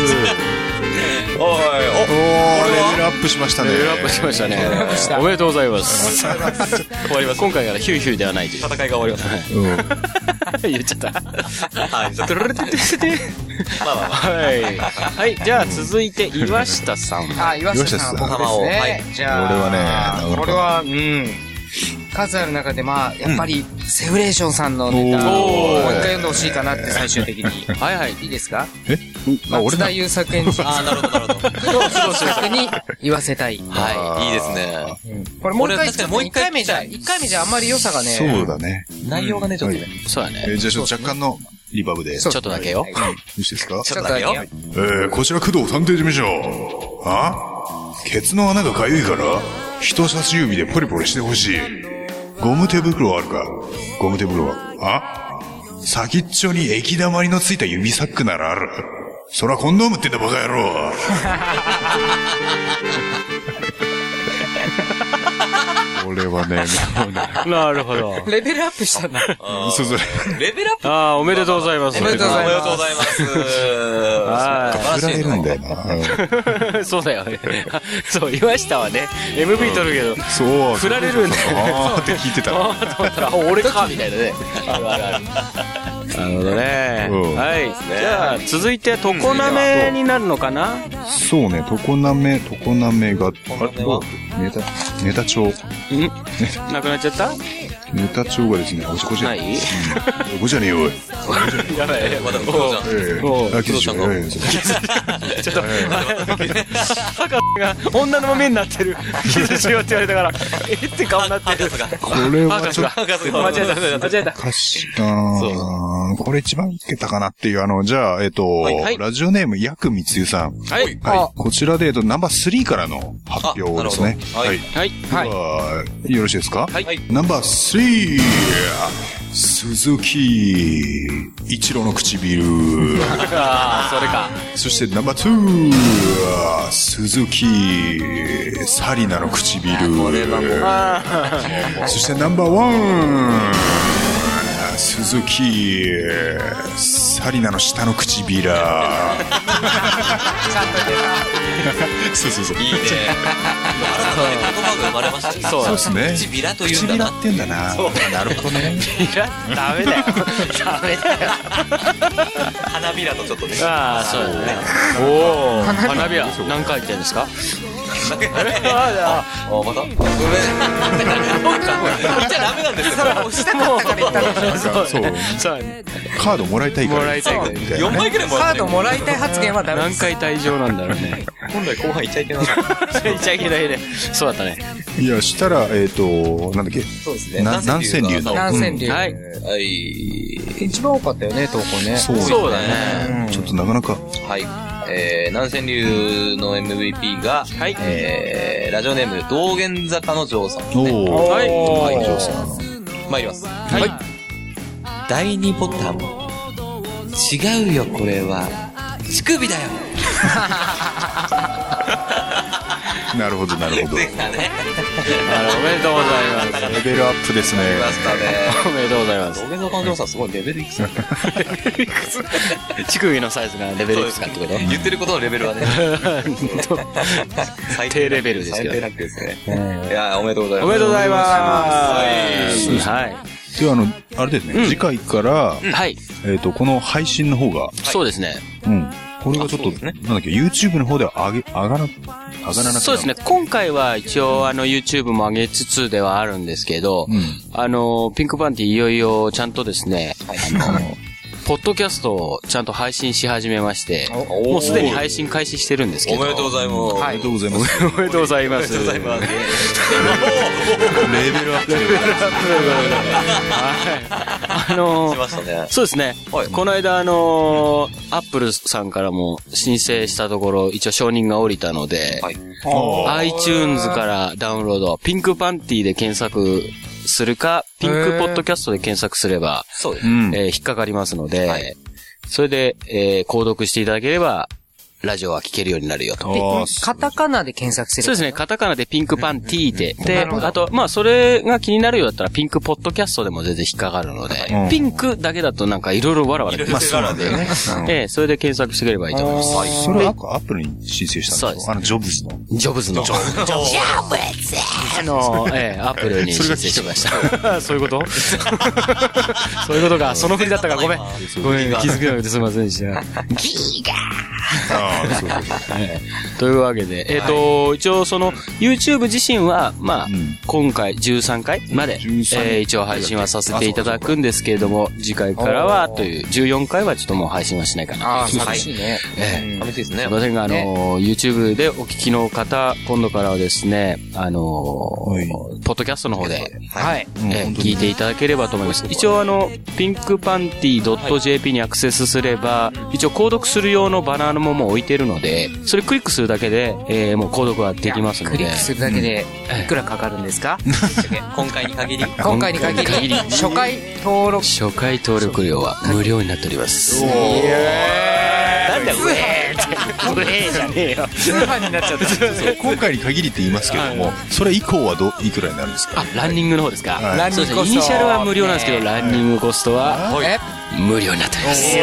E: おい、
C: おー、レベルアップしましたね。
B: レベルアップしましたねおめでとうございます終わります今回からヒューヒューではないという
E: お、戦いが終わりまし
C: うん
B: 言っちゃった。
E: た。はい、じゃあ
B: トゥルルルルルルル
E: まあまあまあ。
B: はい。はい、じゃあ続いて岩下さん。
D: あ、岩下さんは僕です
E: 岩下さん
D: ね。じゃあ、
C: 俺はね
D: これは、うん。数ある中で、まあ、やっぱり、セフレーションさんのネタ
B: お
D: を
B: ー
D: もう一回読んでほしいかなって、最終的に。
B: はいはい。
D: いいですか
C: えあ、俺
D: 松
C: だ
D: 田。優作演 じ、
E: ああ、なるほど、なるほど。
D: 作に言わせたい。
E: はい、いいですね。
D: これもう一
E: 俺
D: 回、
E: 確かにもう一
D: 一
E: 回
D: 回目じゃ、一回目じゃあんまり良さがね。
C: そうだね。
E: 内容がね、ちょっとね。
B: そうだね。
C: えーじゃあ、ちょっと若干のリバーブで。
B: ちょっとだけよ。
C: いいですか
D: ちょっとだけよ。
C: えー、こちら工藤探偵事務所。あケツの穴がかゆいから、人差し指でポリポリしてほしい。ゴム手袋あるかゴム手袋はあ先っちょに液だまりのついた指サックならある。そらコンドームってんだバカ野 郎。俺はね、もうね、
B: なるほど。
D: レベルアップしたんだ。
C: そうそう。
E: レベルアップ
B: ああ、おめでとうございます。
D: おめでとうご
E: お
D: ざい
E: め
D: ま
E: でとうございます。
B: は
C: 振られるんだよな。うん
B: い。そうだよね。そう、岩下はね、MV 取るけど、
C: そう。
B: 振られるんだよね
C: あーって聞いてた。
B: ああ、と思ったら、お俺か、みたいなね。あるあるある。なるほどね。
C: うん
B: はい。じゃあ、続いて、常滑になるのかな
C: そうね、常滑、常滑が、あれ、どうネタ、ネタ帳。
B: んなくなっちゃった
C: ネタ帳がですね、あ、ここじゃ
B: な
C: ね
B: い
C: え。ここじゃねえよ、おい。
B: やばい。
E: まだ、工藤
C: ええ
B: おう
C: あ、キズちゃんが。ええ
B: ちょっと、博士が女の目になってる。キスしようって言われたから、えって顔になってる。
C: これは
B: 博
C: ち
B: 士
C: ょ
B: が
C: っ、
B: 間違えた、間違えた。
C: とかし、あーこれ一番いけたかなっていう、あの、じゃあ、えっと
B: いはい、
C: ラジオネーム、ヤクミつゆさん。
B: はい。
C: はい。こちらで、えっと、ナンバー3からの発表ですね。
E: あなるほどはい
B: はい。
D: は
C: で
D: い
C: はよろしいですか
B: はいはい
C: ナンバー3鈴木一郎の唇
B: ああ、それか。
C: そしてナンバー2鈴木サリナの唇 そしてナンバーワン鈴木サリナの下の唇 そうそうそう
E: いいね。言葉が生まれましたね。
B: そう
C: そうですね
E: 唇というん
C: 唇
E: だな。
C: ってんだななるほどね
B: いや、ダメだよ。ダメだよ。
E: 花びらとちょっとね。
B: ああ、そうだね。おお、花火は何回言ってんですか
E: なんだけどね。あ、またごめん。言っちゃダメなんですよ。
D: したかったから言ったんでし
C: そ
D: ょ
C: う
B: そうやね。
C: カードもらいたいから
B: もらいたい
C: み
B: か
C: たい
B: ら
E: 4
C: なね
E: 枚くらいも
D: カ
E: ら
D: ー
E: ってる
D: ドもらいたい発言はダメで
B: 何
D: す
B: 回退場なんだろうね。
E: 本来後半いっちゃいけない。
B: 言っちゃいけないね。そうだったね。
C: いやしたらえっ、となんだっけ
E: そうですね。
C: な南千流の
D: 何千流、
B: はい。
E: はい。
D: 一番多かったよね投稿ね
C: そうです
B: そうだね。
C: ちょっとなかなか
E: はい。えー、南千流の MVP が、
B: はい
E: えー、ラジオネーム、道玄坂の嬢さん。
C: おおー、
B: はい
C: はい、お嬢さん
E: 参ります。はい。第2ボタン。違うよ、これは。乳首だよ。
C: なるほどなるほどレ
E: だね。
B: あのおめでとうございます。
C: ベルアップですね
E: ありましたね。
B: おめでとうござい ます。
E: 道玄坂の嬢さん、すごいレベルいくつだ
B: 乳首のサイズがレベルいくつかって
E: て
B: こ
E: ことと言ってることのレベルはね。 最
B: 低レベルですけ
E: 最
B: ど
E: 低ランクですね。いやー、おめでとうございます。
B: おめでとうございます。はい。
C: ではあのあれですね、次回から、
B: はい。
C: えっ、とこの配信の方が
B: そうですね。
C: うんこれがちょっと、なんだっけ YouTube の方では上げ上がら上がらなくなる
B: そうですね。今回は一応あの YouTube も上げつつではあるんですけど、
C: うん
B: あの、ピンクパンティいよいよちゃんとですね、あの、ポッドキャストをちゃんと配信し始めまして、
E: お
B: もうすでに配信開始してるんですけ
E: お
B: ど。
E: めでとうございます。
C: ありがとうございます。
B: おめでとうございま
E: ありが
B: す。
E: とうございます。
C: レベルアップでございます。
B: はい。あ
E: お
B: の
E: しましたね。
B: そうですね。
E: はい
B: この間、あのーアップルさんからも申請したところ、一応承認が下りたので、
E: はい。
C: あ
B: iTunes からダウンロード、ピンクパンティで検索するか、ピンクポッドキャストで検索すれば、
E: そうです
C: ーう。ん。
B: えー引っかかりますので、
E: はい
B: それで、えー購読していただければ、ラジオは聞けるようになるよと。
C: ああ、
D: カタカナで検索す
B: そう
D: る
B: ですね、カタカナでピンクパンティーで、
D: な
B: で、
D: るほど
B: あと、まあ、それが気になるようだったら、ピンクポッドキャストでも全然引っかかるので、
C: うん
B: ピンクだけだとなんかいろいろわらわら出ますので、
E: いろいろわらわら
B: ええそれで検索してくればいいと思います。
C: それはアップルに申請した
B: そうん
C: で
B: ですす
C: かあの、ジョブズの。
B: ジョブズの。ジョブズあの、ええアップルに申請しました。 そういうことそういうこと か。その振りだったからごめん。ごめん、気づけなくてすみませんでした。
C: ああ、そうそう。
B: というわけで、えっ、と、一応その、YouTube 自身は、まあ、
C: うん
B: 今回13回まで、え
C: 13
B: ー一応配信はさせていただくんですけれども、次回からはという、14回はちょっともう配信はしないかな。
D: ああ寂しいね、
B: え
E: 寂しいです
B: え
E: ね
B: すい。ませんが、あのー YouTube でお聞きの方、今度からはですね、あのー
C: い
B: ポッドキャストの方で、
D: はい
C: うん
B: え
C: 本
B: ー
C: 当に
B: 聞いていただければと思います。一応あの、ピンクパンティ .jp にアクセスすれば、一応購読する用のバナーももう置いてるので、それクリックするだけで、えーもう購読はできますの
D: クリ
B: で
D: ック。するだけでいくらかかるんですか
E: 今回に限り。は
D: 今回に限り初回登録
B: 初回登録料は無料になっております。
D: なんだこれ
B: じゃねえよ。
D: 通販になっちゃった
C: そう今回に限りって言いますけども、それ以降はど、いくらになるんですか
B: あ、ランニングの方ですか。
C: はい
D: ランニング
B: そうですね
D: コス
B: イ
D: ト
B: ニシャルは無料なんですけど、
D: ね
B: ランニングコストは
D: え
B: 無料になっております。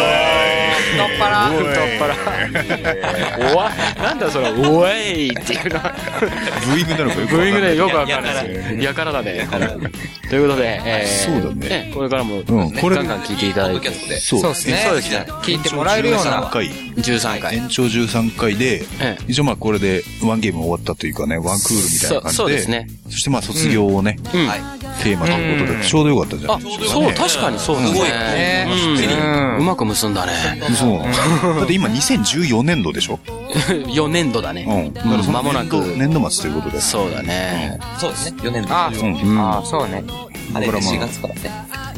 D: 太っ腹太っ腹
B: おわ、なんだそれ、おえいっていうのは、
C: ブーイングなのかよく
B: ブ
C: わ
B: ーイング
C: かんない
B: でよくわかんないですけどやからだね。ということで、えー
C: そうだね
B: これからも、
C: んこれ
B: ガンガン聞いていただいて、
C: そう
D: そうですね
B: そうですね
D: 聞いてもらえるよう
C: 13
D: な
C: 回。
B: 13回。
C: 延長13回で
B: ええ、
C: 一応まあこれでワンゲーム終わったというかね、ワンクールみたいな感じで。
B: そうそうですね。
C: そしてまあ卒業をね、
B: うん。
E: い。
C: テーマということで、ちょうどよかったじゃな
B: あ
C: いです、か。
B: そう、確かにそうです
E: すごい
B: ね。うんうまく結んだね。
C: に。そうなの。だって今2014年度でしょ
B: 4年度だ
C: う
B: ね。
C: ん。だからその
B: 間もなく
C: 年度年度末ということで。
B: そうだね。
E: そうですね。4年
D: あ
E: の。
C: うん。
D: ああそうね
E: あれ、
C: 僕らも
E: 4月からね。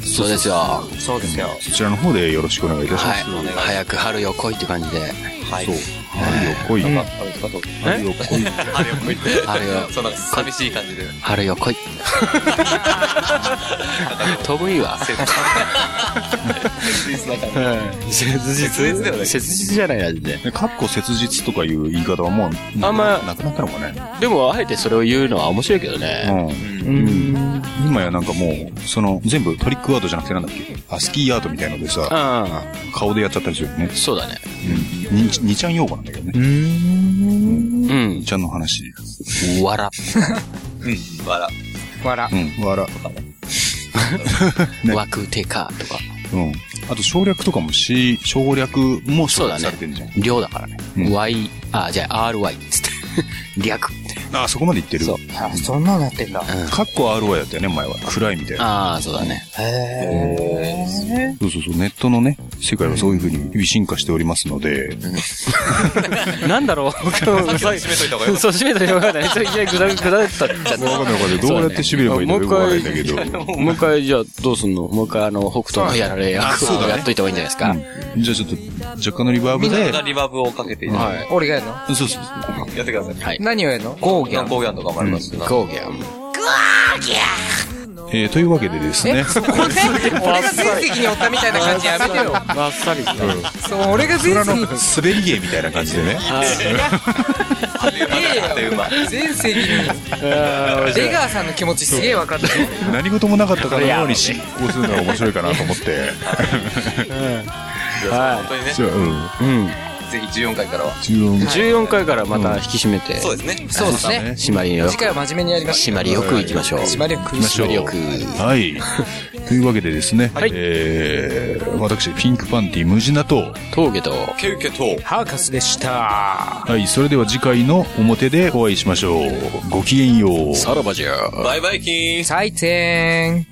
B: そうですよ。は
D: そうですよ
C: そちらの方でよろしくお願いいたします。
B: い。早く春よ来いって感じで。
E: はい。
C: そう。春よ来い。
E: あれですか、どうぞ
C: 春よ来い。
E: あれを向いて。
B: あれよ
E: そんな寂しい感じで。
B: 春よ 来い。飛ぶいいわ。
E: 切実な感じ。
B: 切
E: 実ではない
B: 切実じゃない味で。
C: かっこ切実とかいう言い方はもう、
B: あんま
C: なくなったのかね。
B: でも、あえてそれを言うのは面白いけどね。
C: うん。今やなんかもう、その、全部トリックアートじゃなくてなんだっけあ、スキーアートみたいので
B: う
C: さ、
B: ん。
C: 顔でやっちゃったりするよね。
B: そうだね。
C: うん。ににちゃん用語なんだけどね。
B: うん
C: に。ちゃんの話。
B: わら。
E: うん。わら。
D: わら
C: うん。わら。ね
B: 枠手かとか。
C: うん。あと省略とかもし、省略も省略されてるじゃん。
B: 量だからね
C: う。ん
B: Y、あ、じゃあ RY っつって。略。
C: ああ、そこまで言ってる。
B: そう
D: あそんなのなってんだ。
C: カッコ RO やったよね、前は。暗いみたいな。
B: ああ、そうだね。
D: へえ。
C: そうそうそう、ネットのね、世界はそういう風に日々進化しておりますので、
B: なんだろう
E: さっきの締めといた方がよかっ た
B: そう、締めといた方がよかったね。それいきなりぐだぐだったっちゃっ
C: わかんないわかんない。どうやって痺ればいいのかよくわかんないんだけど。
B: た。もう一回、じゃあ、どうすんのもう一回、あの、北斗のやられ役
C: そうだ
B: を
C: ね
B: やっといた方がいいんじゃないですか。
C: うんじゃあちょっと、若干のリバーブ
E: みんな
C: で、
E: がリバーブをかけていただい
B: はい。
D: 俺がやるの
C: そうそうそう。
E: てやってください。
B: はい
D: 何をやるのゴーギャン。
E: ゴーギャンとかもありますしな。
B: ゴーギャン。
C: えーというわけでですね、
D: これ俺が全席におったみたいな感じやめて よ。
B: ばっさりした。
D: そう、俺が全
C: 裏
D: 席
C: の
D: に。
C: 滑り芸みたいな感じでね。
E: あっという間。
D: 全席に。出川さんの気持ちすげえ分かった。
C: 何事もなかったかのように執行するのが面白いかなと思 って。
B: は
E: 本当にね、
C: じゃあ、うん。
B: い。うん。
E: ぜひ14回からは。
C: 中音
B: 14回からまた引き締めて、
E: そうですね。
D: そうですね。
B: 締まりよ
D: 次回は真面目にやりまし
B: 締
D: ょう。
B: まりよくいきましょう。
D: 締まりよく。
C: きましょう。はい。 というわけでですね、
B: はい
C: えー、私、ピンクパンティ、無地なと、
B: 峠と、
E: ケウケと、
D: ハーカスでした。
C: はい、それでは次回の表でお会いしましょう。ごきげんよう。
B: さらばじゃ。
E: バイバイキーン
D: 採点。